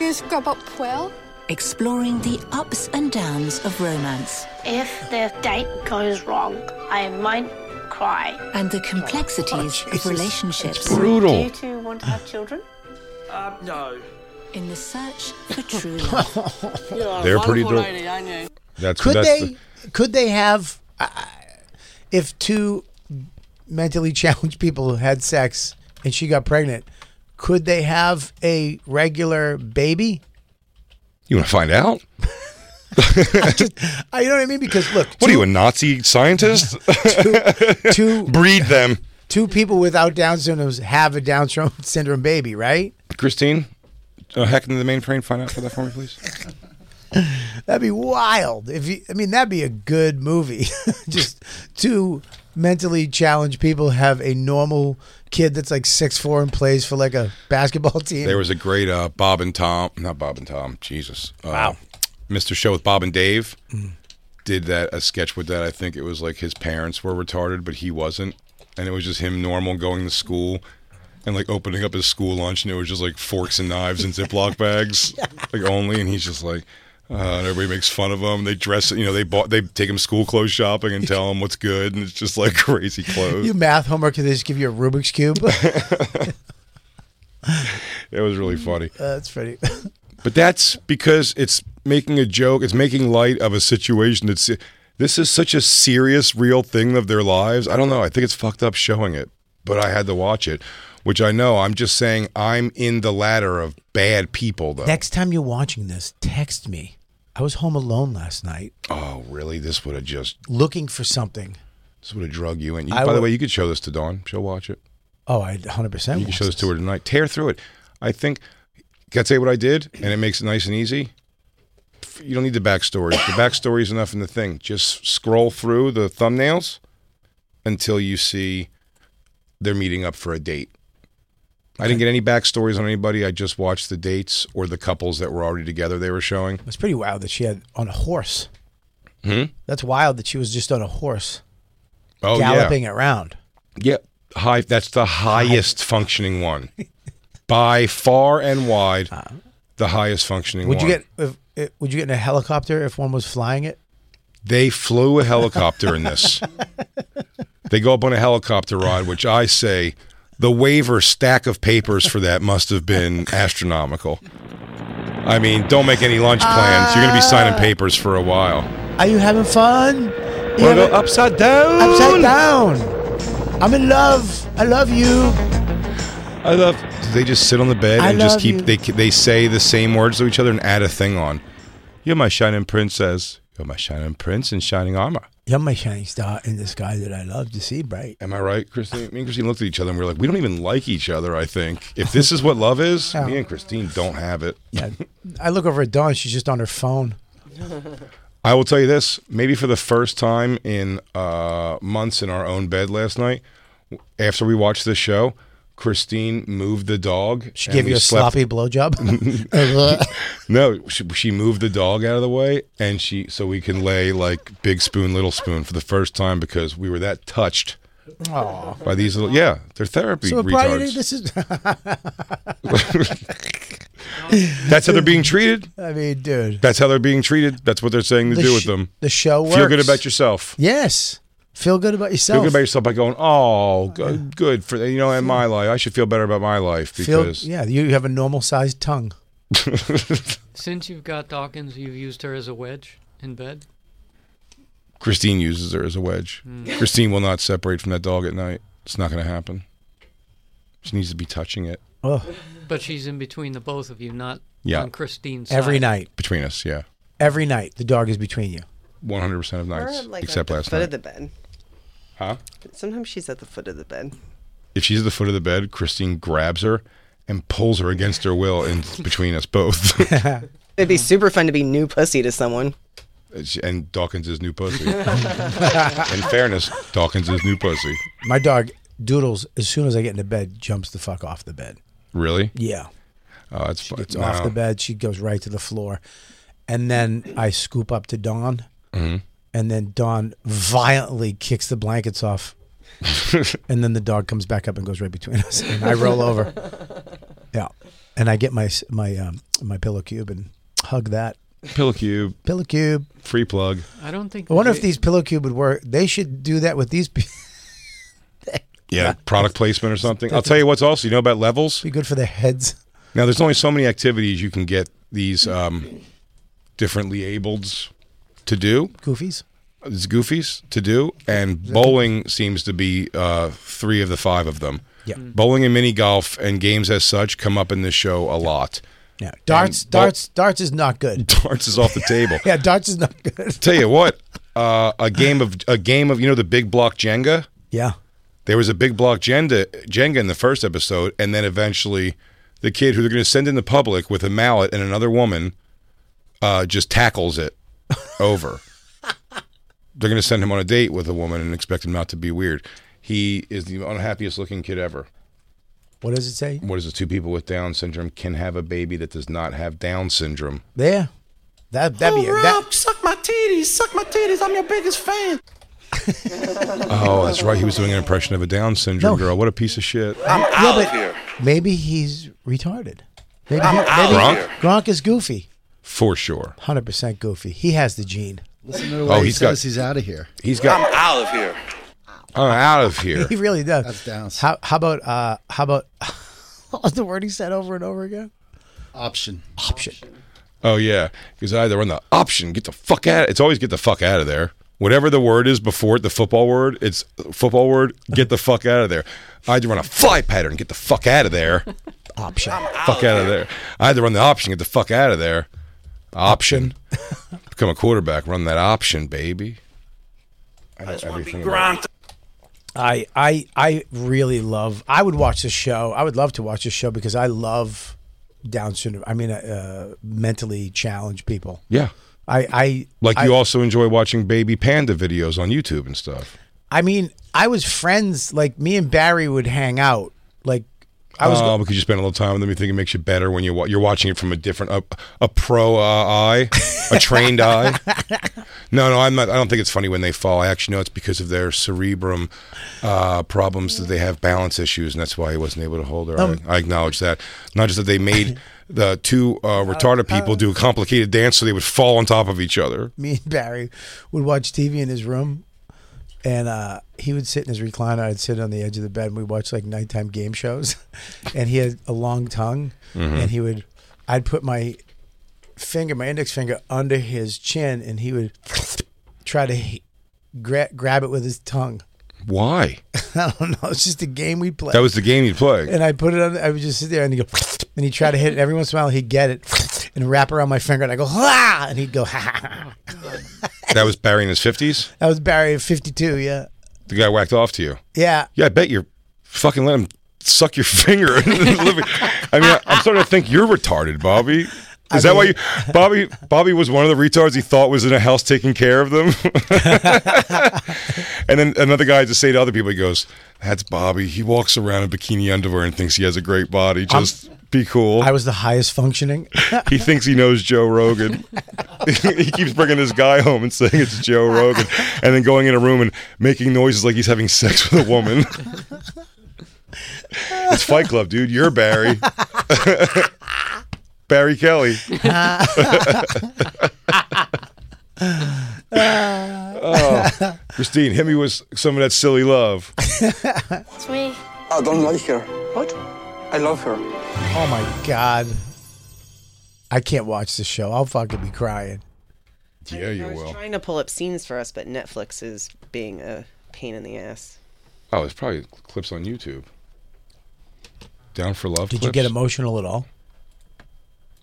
S10: You scrub up well.
S12: exploring the ups and downs of romance
S9: If the date goes wrong, I might cry.
S12: and the complexities of relationships.
S9: Do you two want to have children?
S11: Uh, no.
S12: In the search for true love.
S4: They're pretty dope. That's,
S2: Could
S4: that's
S2: they?
S4: the-
S2: could they have? I I- if two mentally challenged people had sex and she got pregnant, could they have a regular baby?
S4: you want to find out?
S2: I, Uh, you know what I mean? Because look,
S4: What are you, a Nazi scientist?
S2: two
S4: breed them.
S2: Two people without Down syndrome have a Down syndrome- syndrome baby, right?
S4: Christine, uh, hack into the mainframe, find out for that for me, please.
S2: That'd be wild. If you, I mean, that'd be a good movie. Just two mentally challenged people have a normal kid that's like six four and plays for like a basketball team.
S4: There was a great uh, Bob and Tom, not Bob and Tom, Jesus. Uh, wow. Mm. Mr. Show with Bob and Dave did that, a sketch with that. I think it was like his parents were retarded, but he wasn't. And it was just him normal going to school and like opening up his school lunch and it was just like forks and knives and Ziploc bags, like only. And he's just like, uh, and everybody makes fun of him. They dress, you know, they bought, they take him school clothes shopping and tell him what's good. And it's just like crazy clothes.
S2: you math homework. Could they just give you a Rubik's cube?
S4: It was really funny.
S2: Uh, that's pretty.
S4: But that's because it's making a joke. It's making light of a situation that's. This is such a serious, real thing of their lives. I don't know. I think it's fucked up showing it, but I had to watch it, which I know. I'm just saying I'm in the ladder of bad people, though.
S2: Next time you're watching this, text me. I was home alone last night
S4: oh, really? This would have just.
S2: looking for something.
S4: This would have drug you in. You,
S2: I
S4: by the
S2: would-
S4: way, you could show this to Dawn. She'll watch it.
S2: Oh, I 100 percent.
S4: You can show this to her tonight. Tear through it. I think. Can I tell you what I did? And it makes it nice and easy. You don't need the backstory. The backstory is enough in the thing. Just scroll through the thumbnails until you see they're meeting up for a date. I didn't get any backstories on anybody. I just watched the dates or the couples that were already together they were showing.
S2: It's pretty wild that she had on a horse.
S4: Hmm?
S2: That's wild that she was just on a horse
S4: Oh,
S2: galloping around.
S4: yeah. Yeah. High, that's the highest functioning one. By far and wide, the highest functioning
S2: Would
S4: one.
S2: you get if, if, would you get in a helicopter if one was flying it?
S4: They flew a helicopter in this. they go up on a helicopter ride, which I say the waiver stack of papers for that must have been astronomical. I mean, don't make any lunch plans. You're going to be signing
S2: Ah.
S4: papers for a while.
S2: Are you having fun? You
S4: Wanna go
S2: having-
S4: upside down?
S2: upside down. I'm in love. I love you.
S4: I love. Do they just sit on the bed
S2: I
S4: and just
S2: love
S4: keep
S2: you.
S4: they they say the same words to each other and add a thing on? You're my shining princess. You're my shining prince in shining armor.
S2: You're my shining star in the sky that I love to see bright.
S4: Am I right, Christine? Me and Christine looked at each other and we were like, we don't even like each other, I think. If this is what love is,
S2: Yeah.
S4: me and Christine don't have it.
S2: Yeah. I look over at Dawn. She's just on her phone.
S4: I will tell you this: maybe for the first time in uh, months in our own bed last night, w- after we watched the show, Christine moved the dog.
S2: She
S4: and
S2: gave
S4: we
S2: you a
S4: slept-
S2: sloppy blowjob.
S4: No, she, she moved the dog out of the way, and she so we can lay like big spoon, little spoon for the first time because we were that touched
S2: Aw.
S4: by these little. Yeah, they're therapy
S2: So, Brian,
S4: retards.
S2: this is.
S4: That's how they're being treated.
S2: I mean, dude.
S4: That's how they're being treated. That's what they're saying to
S2: The
S4: do
S2: sh-
S4: with them.
S2: the show
S4: Feel good
S2: works.
S4: about yourself.
S2: Yes. Feel good about
S4: Feel
S2: yourself.
S4: good about yourself by going, oh, good, good for you know, in my life, I should feel better about my life
S2: Feel-
S4: because
S2: yeah, you have a normal sized tongue.
S6: Since you've got Dawkins, you've used her as a wedge in bed.
S4: Christine uses her as a wedge.
S13: Hmm.
S6: Mm.
S4: Christine will not separate from that dog at night. It's not going to happen. She needs to be touching it
S6: But she's in between the both of you, not
S4: Yeah.
S6: on Christine's
S2: Every
S6: side.
S2: night.
S4: between us. Yeah,
S2: Every night, the dog is between you.
S4: one hundred percent of nights,
S13: Or, like,
S4: except
S13: at the
S4: last
S13: foot
S4: night.
S13: of the bed.
S4: huh?
S13: Sometimes she's at the foot of the bed.
S4: If she's at the foot of the bed, Christine grabs her and pulls her against her will in between us both.
S13: It'd be super fun to be new pussy to someone.
S4: and Dawkins is new pussy. in fairness, Dawkins is new pussy.
S2: My dog, Doodles, as soon as I get into bed, jumps the fuck off the bed.
S4: Really?
S2: Yeah.
S4: Oh, that's she
S2: It's off the bed. She goes right to the floor. And then I scoop up to Dawn.
S4: Mhm.
S2: And then Dawn violently kicks the blankets off. and then the dog comes back up and goes right between us. And I roll over. Yeah. And I get my s- my um, my pillow cube and hug that.
S4: Pillow cube.
S2: Pillow cube.
S4: Free plug.
S6: I don't think.
S2: I wonder if
S6: they-
S2: these pillow cube would work. They should do that with these. pe-
S4: Yeah, product placement or something. I'll tell you what's also you know about levels.
S2: Be good for their heads.
S4: Now there's only so many activities you can get these um, differently ableds to do.
S2: Goofies.
S4: It's goofies to do, and bowling seems to be uh, three of the five of them.
S2: Yeah. Mm.
S4: Bowling and mini golf and games as such come up in this show a lot.
S2: Yeah. Darts.
S4: And bo-
S2: darts. darts is not good.
S4: Darts is off the table.
S2: Yeah. Darts is not good.
S4: Tell you what, uh, a game of a game of you know the big block Jenga.
S2: Yeah.
S4: There was a big block Jenga, Jenga in the first episode, and then eventually the kid who they're going to send in the public with a mallet and another woman uh, just tackles it over. they're going to send him on a date with a woman and expect him not to be weird. He is the unhappiest looking kid ever.
S2: What does it say?
S4: What is it? Two people with Down syndrome can have a baby that does not have Down syndrome.
S2: There. That that'd be a, that.
S1: suck my titties, suck my titties. I'm your biggest fan.
S4: Oh, that's right. He was doing an impression of a Down syndrome girl. What a piece of shit.
S2: I'm
S1: out of here.
S2: Maybe he's retarded. Maybe,
S1: I'm
S2: he-
S1: out
S2: maybe
S4: of
S2: he-
S4: here.
S2: Gronk is goofy.
S4: For sure.
S2: Hundred percent goofy. He has the gene.
S7: Listen to the way
S4: Oh,
S7: he
S4: he's got-
S7: says he's out of here.
S4: He's got.
S7: out of here.
S4: I'm out of here.
S2: He really does.
S7: That's Downs.
S2: How how about uh how about what was the word he said over and over again?
S7: Option.
S2: Option.
S4: Oh yeah, because either run the option, get the fuck out. It's always get the fuck out of there. Whatever the word is before it, the football word, it's football word. Get the fuck out of there. I had to run a fly pattern. Get the fuck out of there.
S2: Option.
S4: fuck out of there. I had to run the option. Get the fuck out of there. Option. Become a quarterback. Run that option, baby. I know everything. about-
S2: I I I really love. I would watch this show. I would love to watch this show because I love Down syndrome. I mean, uh, uh, mentally challenged people.
S4: Yeah.
S2: I I
S4: Like
S2: I,
S4: you also enjoy watching baby panda videos on YouTube and stuff.
S2: I mean, I was friends. Like me and Barry would hang out. Like I was.
S4: oh, because you spend a little time with them. You think it makes you better when you wa- you're watching it from a different a, a pro uh, eye, a trained eye. No, no, I'm not. I don't think it's funny when they fall. I actually know it's because of their cerebrum uh, problems that they have balance issues, and that's why he wasn't able to hold her.
S2: Um,
S4: I, I acknowledge that. Not just that they made the two uh, retarded people do a complicated dance so they would fall on top of each other.
S2: me and Barry would watch TV in his room, and uh, he would sit in his recliner. I'd sit on the edge of the bed, and we'd watch like nighttime game shows. and he had a long tongue,
S1: Mhm.
S2: and he would. I'd put my finger, my index finger, under his chin, and he would try to he- gra- grab it with his tongue.
S4: Why?
S2: I don't know. It's just a game we play.
S4: That was the game you played.
S2: And I put it on. I would just sit there and he'd go, and he'd try to hit it. Every once in a while, he'd get it and wrap around my finger. And I go, ha! And he'd go, ha! ha, ha.
S4: That was Barry in his fifties.
S2: That was Barry at 52, yeah.
S4: The guy whacked off to you.
S2: Yeah.
S4: Yeah, I bet you're fucking let him suck your finger. in the living- I mean, I- I'm starting to think you're retarded, Bobby. Is that why you, Bobby? Bobby was one of the retards he thought was in a house taking care of them. and then another guy just say to other people, he goes, "That's Bobby. He walks around in bikini underwear and thinks he has a great body. Just be cool."
S2: I was the highest functioning.
S4: he thinks he knows Joe Rogan. he keeps bringing this guy home and saying it's Joe Rogan, and then going in a room and making noises like he's having sex with a woman. it's Fight Club, dude. You're Barry. Barry Kelly. oh, Christine, hit me with some of that silly love.
S9: It's me.
S15: I don't like her. What? I love her.
S2: Oh my God. I can't watch this show. I'll fucking be crying.
S4: Yeah, you
S13: was trying to pull up scenes for us, but Netflix is being a pain in the ass.
S4: Oh, there's probably clips on YouTube. Down for love.
S2: Did you
S4: clips?
S2: get emotional at all?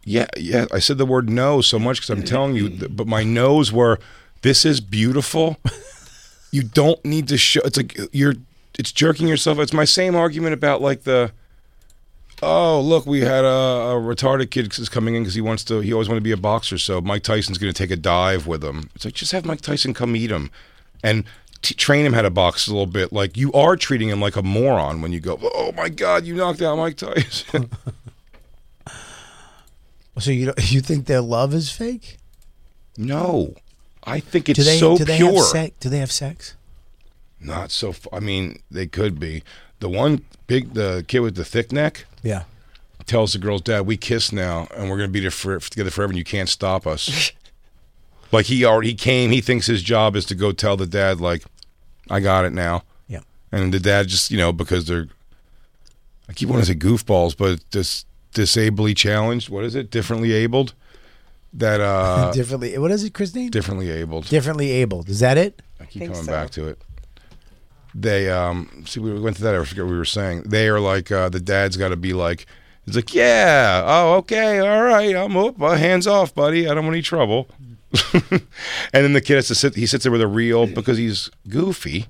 S4: Yeah, yeah. I said the word no so much because I'm telling you, th- but my no's were, this is beautiful. You don't need to show. It's like you're, it's jerking yourself. It's my same argument about like the, oh look, we had a, a retarded kid is coming in because he wants to. He always wanted to be a boxer, so Mike Tyson's going to take a dive with him. It's like just have Mike Tyson come eat him, and. T- train him how to box a little bit. Like you are treating him like a moron when you go, "Oh my God, you knocked out Mike Tyson."
S2: So you don't- you think their love is fake?
S4: No, I think it's
S2: do they,
S4: so
S2: do they
S4: pure.
S2: Have sex? Do they have sex?
S4: Not so. F- I mean, they could be. The one big, the kid with the thick neck
S2: Yeah.
S4: tells the girl's dad, "We kiss now, and we're gonna be there for, together forever, and you can't stop us." like he already he came. He thinks his job is to go tell the dad, like, "I got it now."
S2: Yeah.
S4: And the dad just, you know, because they're, I keep wanting to say goofballs, but dis disably challenged. What is it? Differently abled. That uh,
S2: differently. What is it, Christine?
S4: differently abled.
S2: Differently abled. Is that it?
S4: I keep coming back to it. They um see we went to that. I forget what we were saying. They are like uh, the dad's got to be like he's like yeah oh okay all right I'm up uh, hands off buddy I don't want any trouble. and then the kid has to sit. He sits there with a real because he's goofy.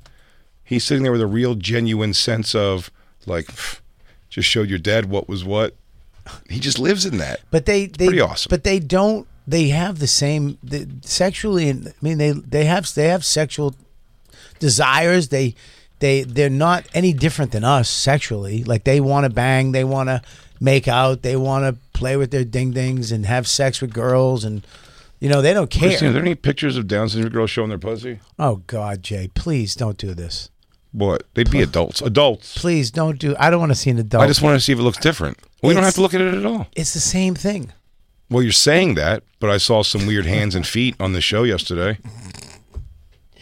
S4: He's sitting there with a real genuine sense of like pff, just showed your dad what was what. He just lives in that.
S2: But they they
S4: pretty awesome.
S2: But they don't. They have the same the, sexually. and- I mean, they they have they have sexual desires. They they they're not any different than us sexually. Like they want to bang. They want to make out. They want to play with their ding dings and have sex with girls. And you know they don't care.
S4: Christine, are there any pictures of Down syndrome girls showing their pussy?
S2: oh God, Jay, please don't do this.
S4: What they'd be adults. Adults.
S2: Please don't do. I don't want to see an adult.
S4: I just want to see if it looks different. We don't
S2: It's-
S4: have to look at it at all.
S2: It's the same thing.
S4: Well, you're saying that, but I saw some weird hands and feet on the show yesterday.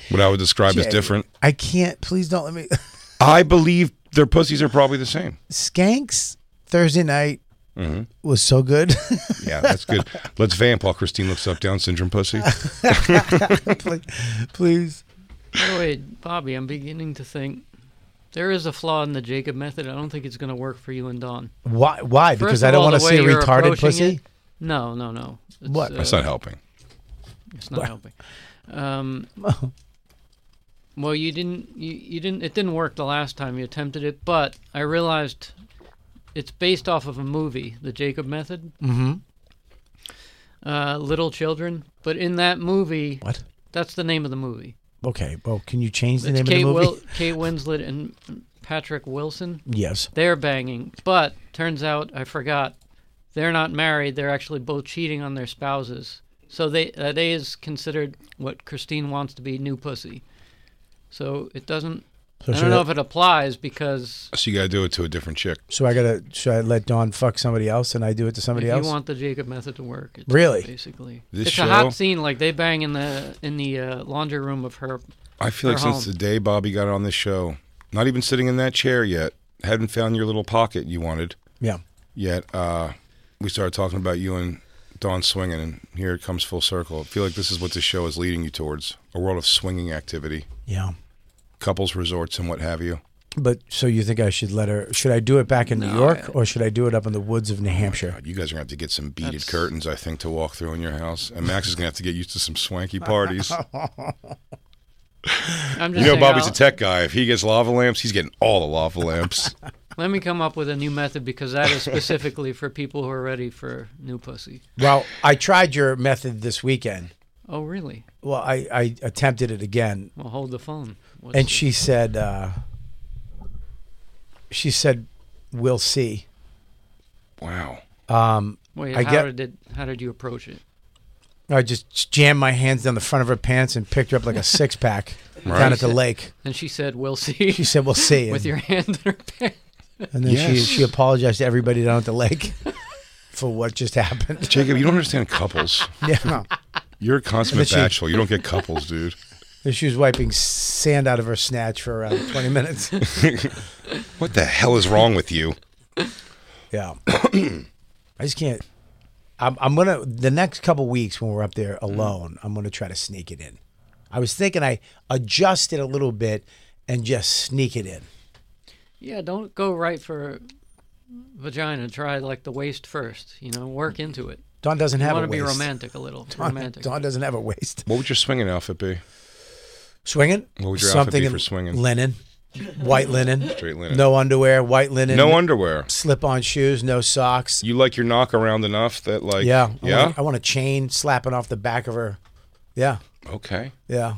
S4: What I would describe as
S2: Jay,
S4: different.
S2: I can't. Please don't let me.
S4: I believe their pussies are probably the same.
S2: Skanks Thursday night
S4: Mhm.
S2: was so good.
S4: Yeah, that's good. Let's vamp while Christine looks up Down syndrome pussy.
S2: please, please.
S6: By the way, Bobby, I'm beginning to think there is a flaw in the Jacob method. I don't think it's going to work for you and Dawn.
S2: Why? Why?
S6: First
S2: Because
S6: of
S2: I don't
S6: all,
S2: want to
S6: the
S2: see a
S6: way you're
S2: retarded
S6: approaching
S2: pussy.
S6: it- no, no, no. It's, uh,
S2: What?
S4: That's not helping.
S6: It's not
S2: What?
S6: helping. Um, well, you didn't. You, you didn't. It didn't work the last time you attempted it. But I realized it's based off of a movie, The Jacob Method.
S2: Mhm.
S6: Uh, Little Children. But in that movie,
S2: What?
S6: That's the name of the movie.
S2: Okay. Well, can you change the
S6: It's
S2: name
S6: Kate
S2: of the movie?
S6: Wil- Kate Winslet and Patrick Wilson.
S2: Yes.
S6: They're banging, but turns out I forgot. They're not married. They're actually both cheating on their spouses. So they that is considered what Christine wants to be new pussy. So it doesn't.
S2: So
S6: I
S2: should
S6: don't know
S2: I-
S6: if it applies because
S4: So you got to do it to a different chick.
S2: so I gotta. Should I let Dawn fuck somebody else and I do it to somebody
S6: if
S2: else?
S6: you want the Jacob method to work, it's
S2: Really?
S6: basically,
S4: This
S6: it's
S4: show-
S6: a hot scene. Like they bang in the in the uh, laundry room of her.
S4: I feel like
S6: her
S4: since
S6: home.
S4: the day Bobby got on this show, not even sitting in that chair yet, hadn't found your little pocket you wanted.
S2: Yeah.
S4: Yet uh, we started talking about you and Dawn swinging, and here it comes full circle. I feel like this is what this show is leading you towards a world of swinging activity,
S2: yeah.
S4: couples resorts, and what have you.
S2: But so you think I should let her? Should I do it back in New
S4: No,
S2: York or should I do it up in the woods of New Hampshire?
S4: You guys are gonna have to get some beaded curtains, I think, to walk through in your house, and Max is gonna have to get used to some swanky parties.
S6: I'm
S4: you
S6: just
S4: know,
S6: saying
S4: Bobby's
S6: I'll-
S4: a tech guy. If he gets lava lamps, he's getting all the lava lamps.
S6: Let me come up with a new method because that is specifically for people who are ready for new pussy.
S2: Well, I tried your method this weekend.
S6: Oh, really?
S2: Well, I, I attempted it again.
S6: Well, hold the phone. What's
S2: and
S6: the-
S2: she said, uh, she said, we'll see.
S4: Wow.
S2: Um,
S6: Wait,
S2: I
S6: how
S2: get,
S6: did it, how did you approach it?
S2: I just jammed my hands down the front of her pants and picked her up like a six pack
S6: She
S2: down at the
S6: said-
S2: lake.
S6: And she said, "We'll see."
S2: She said, "We'll see,"
S6: with
S2: and-
S6: your hand in her pants.
S2: And then she,
S4: Yes.
S2: she apologized to everybody down at the lake for what just happened.
S4: Jacob, you don't understand couples.
S2: Yeah.
S4: You're a consummate
S2: But you-
S4: bachelor. You don't get couples, dude.
S2: And she was wiping sand out of her snatch for around 20 minutes.
S4: what the hell is wrong with you?
S2: Yeah. I just can't. I'm, I'm going to, the next couple weeks when we're up there
S4: Mm-hmm.
S2: alone, I'm going to try to sneak it in. I was thinking I adjust it a little bit and just sneak it in.
S6: Yeah, don't go right for vagina. Try like the waist first. You know, work into it.
S2: Dawn doesn't
S6: you
S2: Mm. have
S6: want
S2: a
S6: to be
S2: waist.
S6: romantic a little.
S2: Dawn,
S6: romantic.
S2: Dawn doesn't have a waist.
S4: What would your swinging outfit be?
S2: Swinging?
S4: What would your outfit
S2: Something
S4: be
S2: in
S4: for swinging?
S2: Linen. White linen.
S4: Straight linen.
S2: No underwear, white linen.
S4: No underwear.
S2: Slip on shoes, no socks.
S4: You like your knock around enough that, like,
S2: yeah. I
S4: yeah.
S2: Want, I want a chain slapping off the back of her. Yeah.
S4: okay,
S2: Yeah.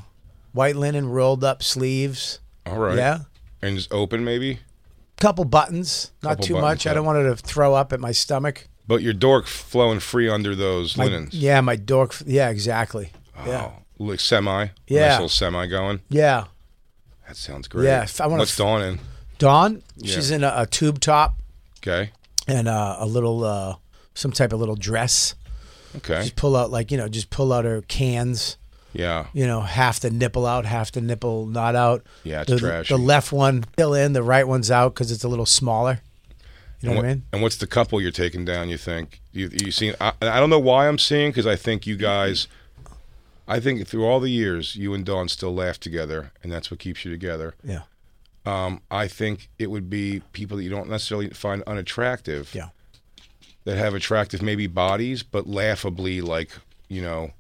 S2: White linen, rolled up sleeves.
S4: all right.
S2: Yeah.
S4: and just open maybe.
S2: Couple buttons, not
S4: Couple
S2: too
S4: buttons,
S2: much. I
S4: yeah.
S2: don't want her to throw up at my stomach.
S4: But your dork flowing free under those
S2: My-
S4: linens. Oh,
S2: Yeah, my dork. Yeah, exactly. Yeah.
S4: Like semi.
S2: Yeah.
S4: Nice little semi going.
S2: Yeah.
S4: That sounds great.
S2: Yeah, if I wanna
S4: What's
S2: f-
S4: Dawn in?
S2: Dawn,
S4: Yeah.
S2: she's in a, a tube top
S4: Okay.
S2: and uh, a little, uh, some type of little dress.
S4: Okay.
S2: Just pull out, like, you know, just pull out her cans.
S4: Yeah.
S2: You know, half the nipple out, half the nipple not out.
S4: Yeah, it's
S2: the,
S4: trashy.
S2: The left one still in, the right one's out because it's a little smaller. You know
S4: and
S2: what I mean?
S4: And what's the couple you're taking down? You think you you seen? I, I don't know why I'm seeing because I think you guys, I think through all the years you and Dawn still laugh together, and that's what keeps you together.
S2: Yeah.
S4: Um, I think it would be people that you don't necessarily find unattractive.
S2: Yeah.
S4: That have attractive maybe bodies, but laughably like you know,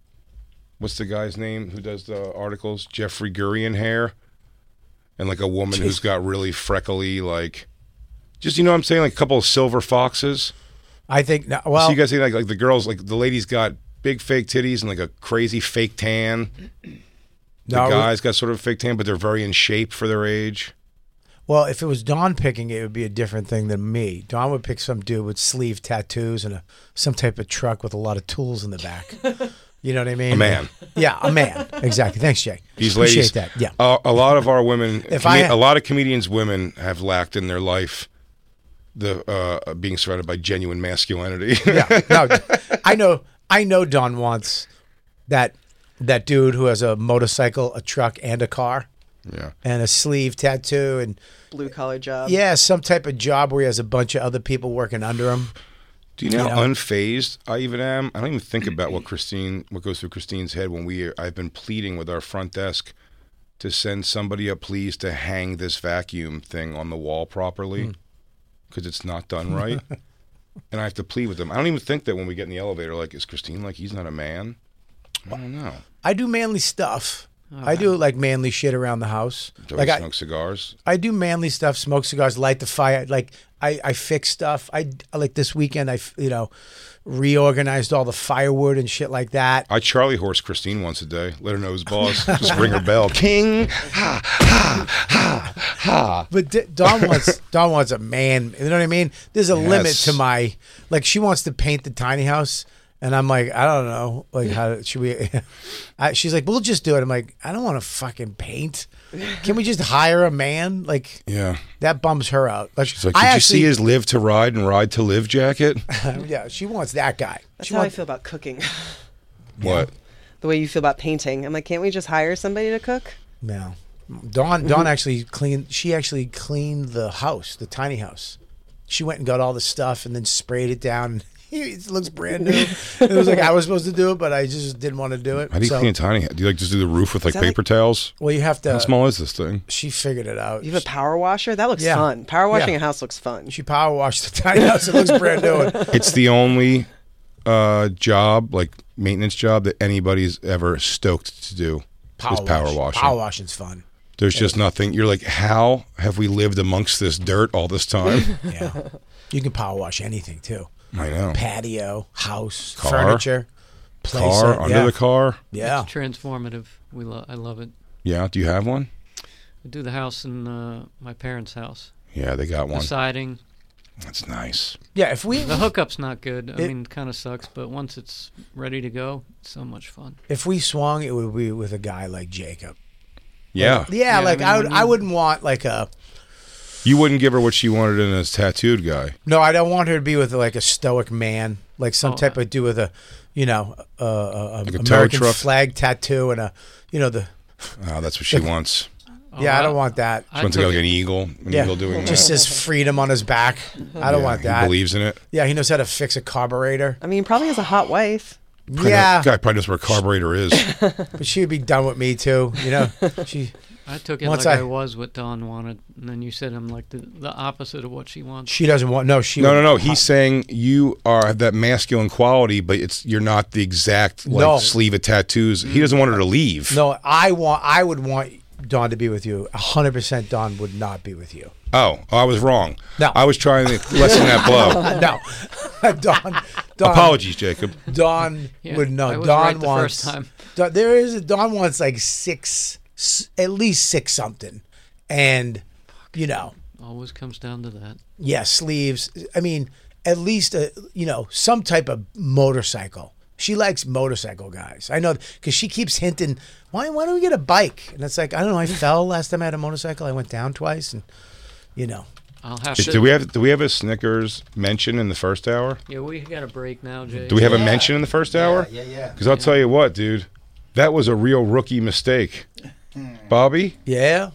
S4: what's the guy's name who does the articles? Jeffrey Gurian hair, and like a woman who's got really freckly like. Just you know what I'm saying, like a couple of silver foxes.
S2: I think, no- well,
S4: so you guys think like, like the girls, like the ladies got big fake titties and like a crazy fake tan. The
S2: No, it was-
S4: guys got sort of a fake tan, but they're very in shape for their age.
S2: Well, if it was Dawn picking it, it would be a different thing than me. Dawn would pick some dude with sleeve tattoos and a, some type of truck with a lot of tools in the back. You know what I mean?
S4: A man.
S2: Yeah, a man. Exactly. Thanks, Jay.
S4: These
S2: Appreciate
S4: ladies, uh,
S2: that. Yeah.
S4: a, a lot of our women,
S2: If
S4: comed-
S2: I-
S4: a lot of comedians' women have lacked in their life the uh, being surrounded by genuine masculinity.
S2: yeah. No, I know. I know. Don wants that that dude who has a motorcycle, a truck, and a car.
S4: Yeah.
S2: And a sleeve tattoo, and
S13: Blue collar job.
S2: yeah, some type of job where he has a bunch of other people working under him.
S4: Do you know how unfazed I even am? I don't even think about what Christine, what goes through Christine's head when we. I've been pleading with our front desk to send somebody up, please, to hang this vacuum thing on the wall
S2: Hmm.
S4: properly because it's not done right. and I have to plead with them. I don't even think that when we get in the elevator, like, is Christine like he's not a man? I don't know.
S2: I do manly stuff. I do like manly shit around the house.
S4: Do
S2: like
S4: I
S2: I,
S4: smoke cigars?
S2: I do manly stuff, smoke cigars, light the fire. Like I, I fix stuff. I like this weekend. I f- you know reorganized all the firewood and shit like that.
S4: I Charlie horse Christine once a day. Let her know who's boss. Just ring her bell. King. Ha ha ha ha.
S2: But D- Dawn wants Dawn wants a man. You know what I mean? There's a limit
S4: Yes.
S2: to my like. She wants to paint the tiny house, and I'm like, I don't know. Like, how should we? I, she's like, we'll just do it. I'm like, I don't want to fucking paint. Can we just hire a man? Like,
S4: Yeah.
S2: that bums her out. Like,
S4: She's like, did
S2: I
S4: you
S2: actually,
S4: see his live to ride and ride to live jacket?
S2: yeah, she wants that guy.
S13: That's
S2: she
S13: how I
S2: wants,
S13: feel about cooking.
S4: What?
S13: the way you feel about painting. I'm like, can't we just hire somebody to cook?
S2: No. Dawn
S13: Mm-hmm.
S2: Dawn actually cleaned she actually cleaned the house, the tiny house. She went and got all the stuff and then sprayed it down. it looks brand new. It was like I was supposed to do it, but I just didn't want to do it.
S4: How do you
S2: So-
S4: clean a tiny house? Do you like just do the roof with
S13: Is
S4: like
S13: that like-
S4: paper towels?
S2: Well, you have to.
S4: How small is this thing?
S2: She figured it out.
S13: You have a power washer? That looks
S2: Yeah.
S13: fun. Power washing
S2: Yeah.
S13: a house looks fun.
S2: She power washed the tiny house. It looks brand new.
S4: It's the only uh, job, like maintenance job, that anybody's ever stoked to do. is power
S2: wash.
S4: washing.
S2: Power washing's fun.
S4: There's just nothing. You're like, how have we lived amongst this dirt all this time?
S2: Yeah, you can power wash anything too.
S4: I know.
S2: Patio, house,
S4: Car.
S2: furniture, place,
S4: Car,
S2: uh,
S4: under
S2: yeah.
S4: the car.
S2: Yeah.
S6: It's transformative. We lo- I love it.
S4: Yeah. Do you have one?
S6: I do the house in uh, my parents' house.
S4: Yeah, they got one.
S6: The siding.
S4: That's nice.
S2: Yeah, if we-
S6: the hookup's not good. I
S2: It-
S6: mean, kind of sucks, but once it's ready to go, it's so much fun.
S2: If we swung, it would be with a guy like Jacob.
S4: Yeah.
S2: Like- yeah,
S6: Yeah,
S2: like
S6: I mean,
S2: I, would,
S6: when
S2: I
S6: you-
S2: wouldn't want like a
S4: You wouldn't give her what she wanted in a tattooed guy.
S2: no. I don't want her to be with like a stoic man, like some
S6: Oh.
S2: type of dude with a, you know, a, a, a
S4: Like a tow
S2: American
S4: truck?
S2: flag tattoo and a, you know, the.
S4: Oh, that's what she wants.
S6: Oh,
S2: yeah, I don't want that.
S4: She wants to go like an eagle. An
S2: yeah,
S4: eagle doing
S2: just
S4: that.
S2: says freedom on his back.
S6: Mm-hmm.
S2: I don't
S4: Yeah,
S2: want
S4: he
S2: that.
S4: believes in it.
S2: Yeah, he knows how to fix a carburetor.
S13: I mean, probably has a hot wife.
S4: Probably
S2: yeah,
S4: knows- guy probably knows where a carburetor is.
S2: but she would be done with me too. You know, she.
S6: I took it
S2: once
S6: like
S2: I-
S6: I, was what Don wanted, and then you said I'm like the, the opposite of what she wants.
S2: She doesn't want. No, she.
S4: no,
S2: would-
S4: no, no. He's saying you are have that masculine quality, but it's you're not the exact like
S2: No. Mm.
S4: sleeve of tattoos. He doesn't want her to leave.
S2: No, I want. I would want Don to be with you. hundred percent. Don would not be with you.
S4: Oh, I was wrong.
S2: No.
S4: I was trying to lessen that blow.
S2: Uh, no, Don. Don
S4: Apologies, Jacob.
S2: Don
S6: Yeah,
S2: would
S6: I
S2: know.
S6: was
S2: Don
S6: right the
S2: wants.
S6: first time.
S2: Don- there is Don wants like six, s- at least six something, and you know,
S6: Always comes down to that.
S2: yeah, sleeves. I mean, at least a you know some type of motorcycle. She likes motorcycle guys. I know because she keeps hinting, why why don't we get a bike? And it's like I don't know. I fell last time I had a motorcycle. I went down twice, and you know.
S6: I'll have to.
S4: Do we have do we have a Snickers mention in the first hour?
S6: Yeah, we got a break now, Jay.
S4: Do we have a mention in the first hour? Yeah, yeah. Because I'll tell you what, dude, that was a real rookie mistake. Bobby,
S2: Yeah.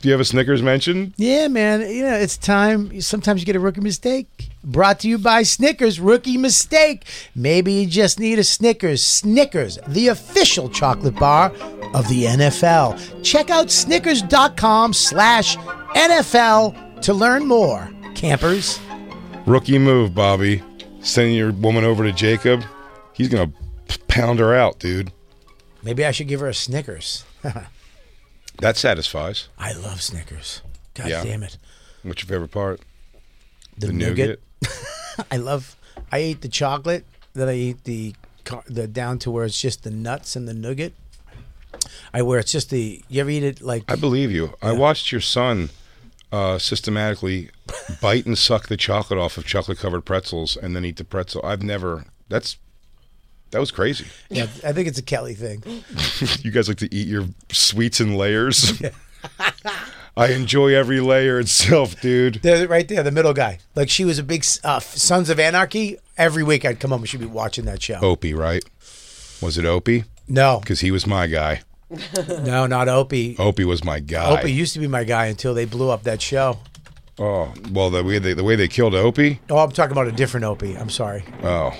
S4: do you have a Snickers mention?
S2: Yeah, man. You know, it's time. Sometimes you get a rookie mistake. Brought to you by Snickers, rookie mistake. Maybe you just need a Snickers. Snickers, the official chocolate bar of the NFL. Check out snickers.com slash NFL to learn more. Campers.
S4: Rookie move, Bobby. Sending your woman over to Jacob. He's gonna p- pound her out, dude.
S2: Maybe I should give her a Snickers.
S4: That satisfies.
S2: I love Snickers. God
S4: Yeah.
S2: damn it.
S4: What's your favorite part?
S2: The nougat. I love. I ate the chocolate. Then I eat the car- the down to where it's just the nuts and the nougat. I where it's just the. You ever eat it like?
S4: I believe you. I watched your son uh, systematically bite and suck the chocolate off of chocolate covered pretzels and then eat the pretzel. I've never. That's that was crazy.
S2: Yeah, I think it's a Kelly thing.
S4: you guys like to eat your sweets in layers. I enjoy every layer itself, dude.
S2: They're right there, the middle guy. Like she was a big s- uh, Sons of Anarchy. Every week I'd come home and she'd be watching that show.
S4: Opie, right? Was it Opie?
S2: No.
S4: because he was my guy.
S2: No, not Opie.
S4: Opie was my guy.
S2: Opie used to be my guy until they blew up that show.
S4: Oh well, the way they, the way they killed Opie.
S2: Oh, I'm talking about a different Opie. I'm sorry.
S4: Oh.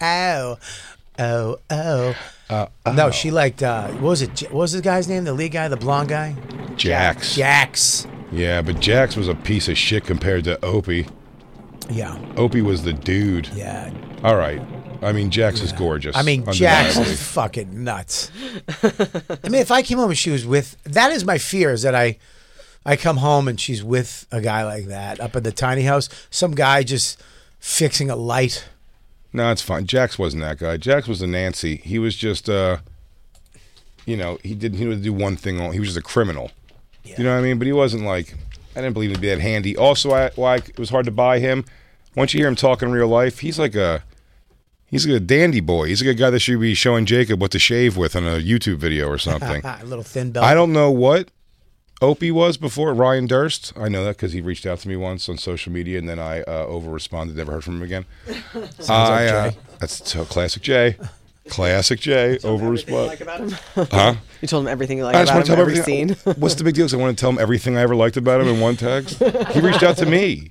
S2: oh, oh, oh, oh. No, she liked. Uh, what was it? J- What was the guy's name? The lead guy, the blonde guy.
S4: Jax.
S2: Jax.
S4: Yeah, but Jax was a piece of shit compared to Opie.
S2: Yeah.
S4: Opie was the dude.
S2: Yeah.
S4: All right. I mean, Jax is gorgeous.
S2: I mean, Jax
S4: undeniably.
S2: is fucking nuts. I mean, if I came home and she was with, that is my fear is that I, I come home and she's with a guy like that up at the tiny house, some guy just fixing a light.
S4: No, it's fine. Jax wasn't that guy. Jax was a Nancy. He was just, uh, you know, he didn't. He would do one thing. All, he was just a criminal. You know what I mean? But he wasn't like. I didn't believe he'd be that handy. Also, I why it was hard to buy him. Once you hear him talk in real life, he's like a. He's like a dandy boy. He's like a guy that should be showing Jacob what to shave with on a YouTube video or something.
S2: a little thin belt.
S4: I don't know what Opie was before Ryan Durst. I know that because he reached out to me once on social media, and then I uh, over responded. Never heard from him again.
S1: Sounds like
S4: I, uh,
S1: Jay.
S4: that's so classic Jay. Classic Jay over respond. Huh?
S13: You told him everything you like
S4: I just
S13: about
S4: want to
S13: him
S4: tell him
S13: every
S4: everything.
S13: scene.
S4: What's the big deal? 'Cause I want to tell him everything I ever liked about him in one text. He reached out to me.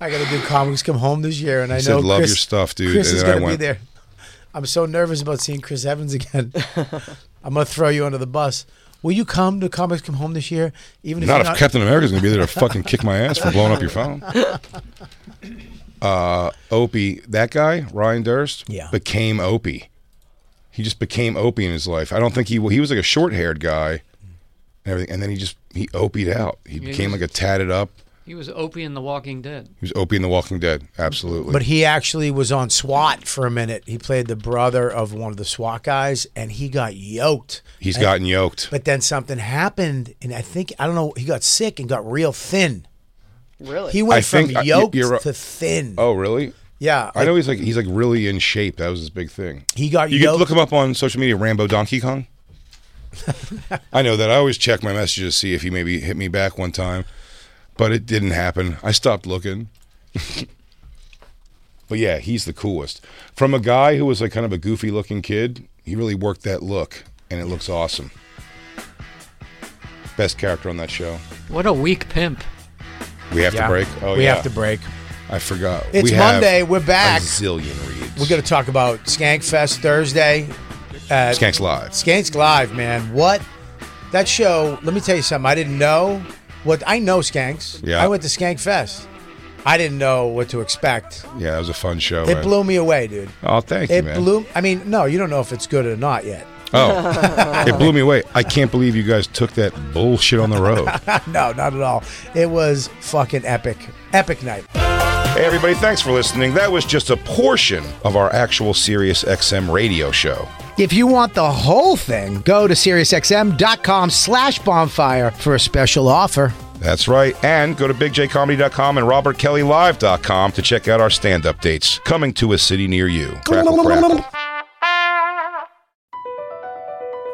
S2: I got to do comics come home this year, and I
S4: He
S2: know
S4: said, "Love
S2: Chris,
S4: your stuff, dude,"
S2: Chris
S4: and
S2: is
S4: then I
S2: going to be there.
S4: went-
S2: I'm so nervous about seeing Chris Evans again. I'm going to throw you under the bus. Will you come to comics come home this year? Even if
S4: Not
S2: you're
S4: if Captain America's going to be there to fucking kick my ass for blowing up your phone. Uh, Opie, that guy Ryan Durst,
S2: Yeah.
S4: became Opie. He just became Opie in his life. I don't think he he was like a short-haired guy, and everything, and then he just he Opied out. He
S6: Yeah,
S4: became
S6: he's-
S4: like a tatted up.
S6: He was Opie in The Walking Dead.
S4: He was Opie in The Walking Dead, absolutely.
S2: But he actually was on SWAT for a minute. He played the brother of one of the SWAT guys, and he got yoked.
S4: He's
S2: And-
S4: gotten yoked.
S2: But then something happened, and I think I don't know. He got sick and got real thin.
S13: Really?
S2: He went
S4: I
S2: from
S4: think- uh, y-
S2: yoked
S4: you're-
S2: to thin.
S4: Oh, really?
S2: Yeah,
S4: I know he's like he's like really in shape. That was his big thing.
S2: He got
S4: you can
S2: yoked-
S4: look him up on social media. Rambo Donkey Kong. I know that. I always check my messages to see if he maybe hit me back one time, but it didn't happen. I stopped looking. but yeah, he's the coolest. From a guy who was like kind of a goofy looking kid, he really worked that look, and it looks awesome. Best character on that show.
S6: What a weak pimp.
S4: We have
S2: Yeah.
S4: to break. Oh,
S2: We
S4: yeah.
S2: have to break.
S4: I forgot.
S2: It's
S4: We have
S2: Monday. We're back.
S4: A zillion reads.
S2: We're going to talk about Skank Fest Thursday. Uh,
S4: Skanks Live.
S2: Skanks Live, man. What? That show, let me tell you something. I didn't know what. I know Skanks.
S4: Yeah.
S2: I went to Skank Fest. I didn't know what to expect.
S4: Yeah, that was a fun show.
S2: it
S4: man.
S2: blew me away, dude.
S4: Oh, thank
S2: it
S4: you, man.
S2: blew. I mean, no, you don't know if it's good or not yet.
S4: Oh, it blew me away. I can't believe you guys took that bullshit on the road.
S2: no, not at all. It was fucking epic. Epic night.
S4: Hey, everybody, thanks for listening. That was just a portion of our actual Sirius XM radio show.
S5: If you want the whole thing, go to SiriusXM.com slash bonfire for a special offer.
S4: That's right. And go to bigjcomedy.com and robertkellylive.com to check out our stand up dates coming to a city near you. Crackle, crackle.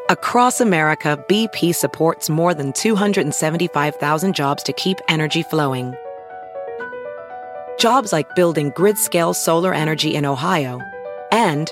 S14: Across America, BP supports more than 275,000 jobs to keep energy flowing. Jobs like building grid scale solar energy in Ohio and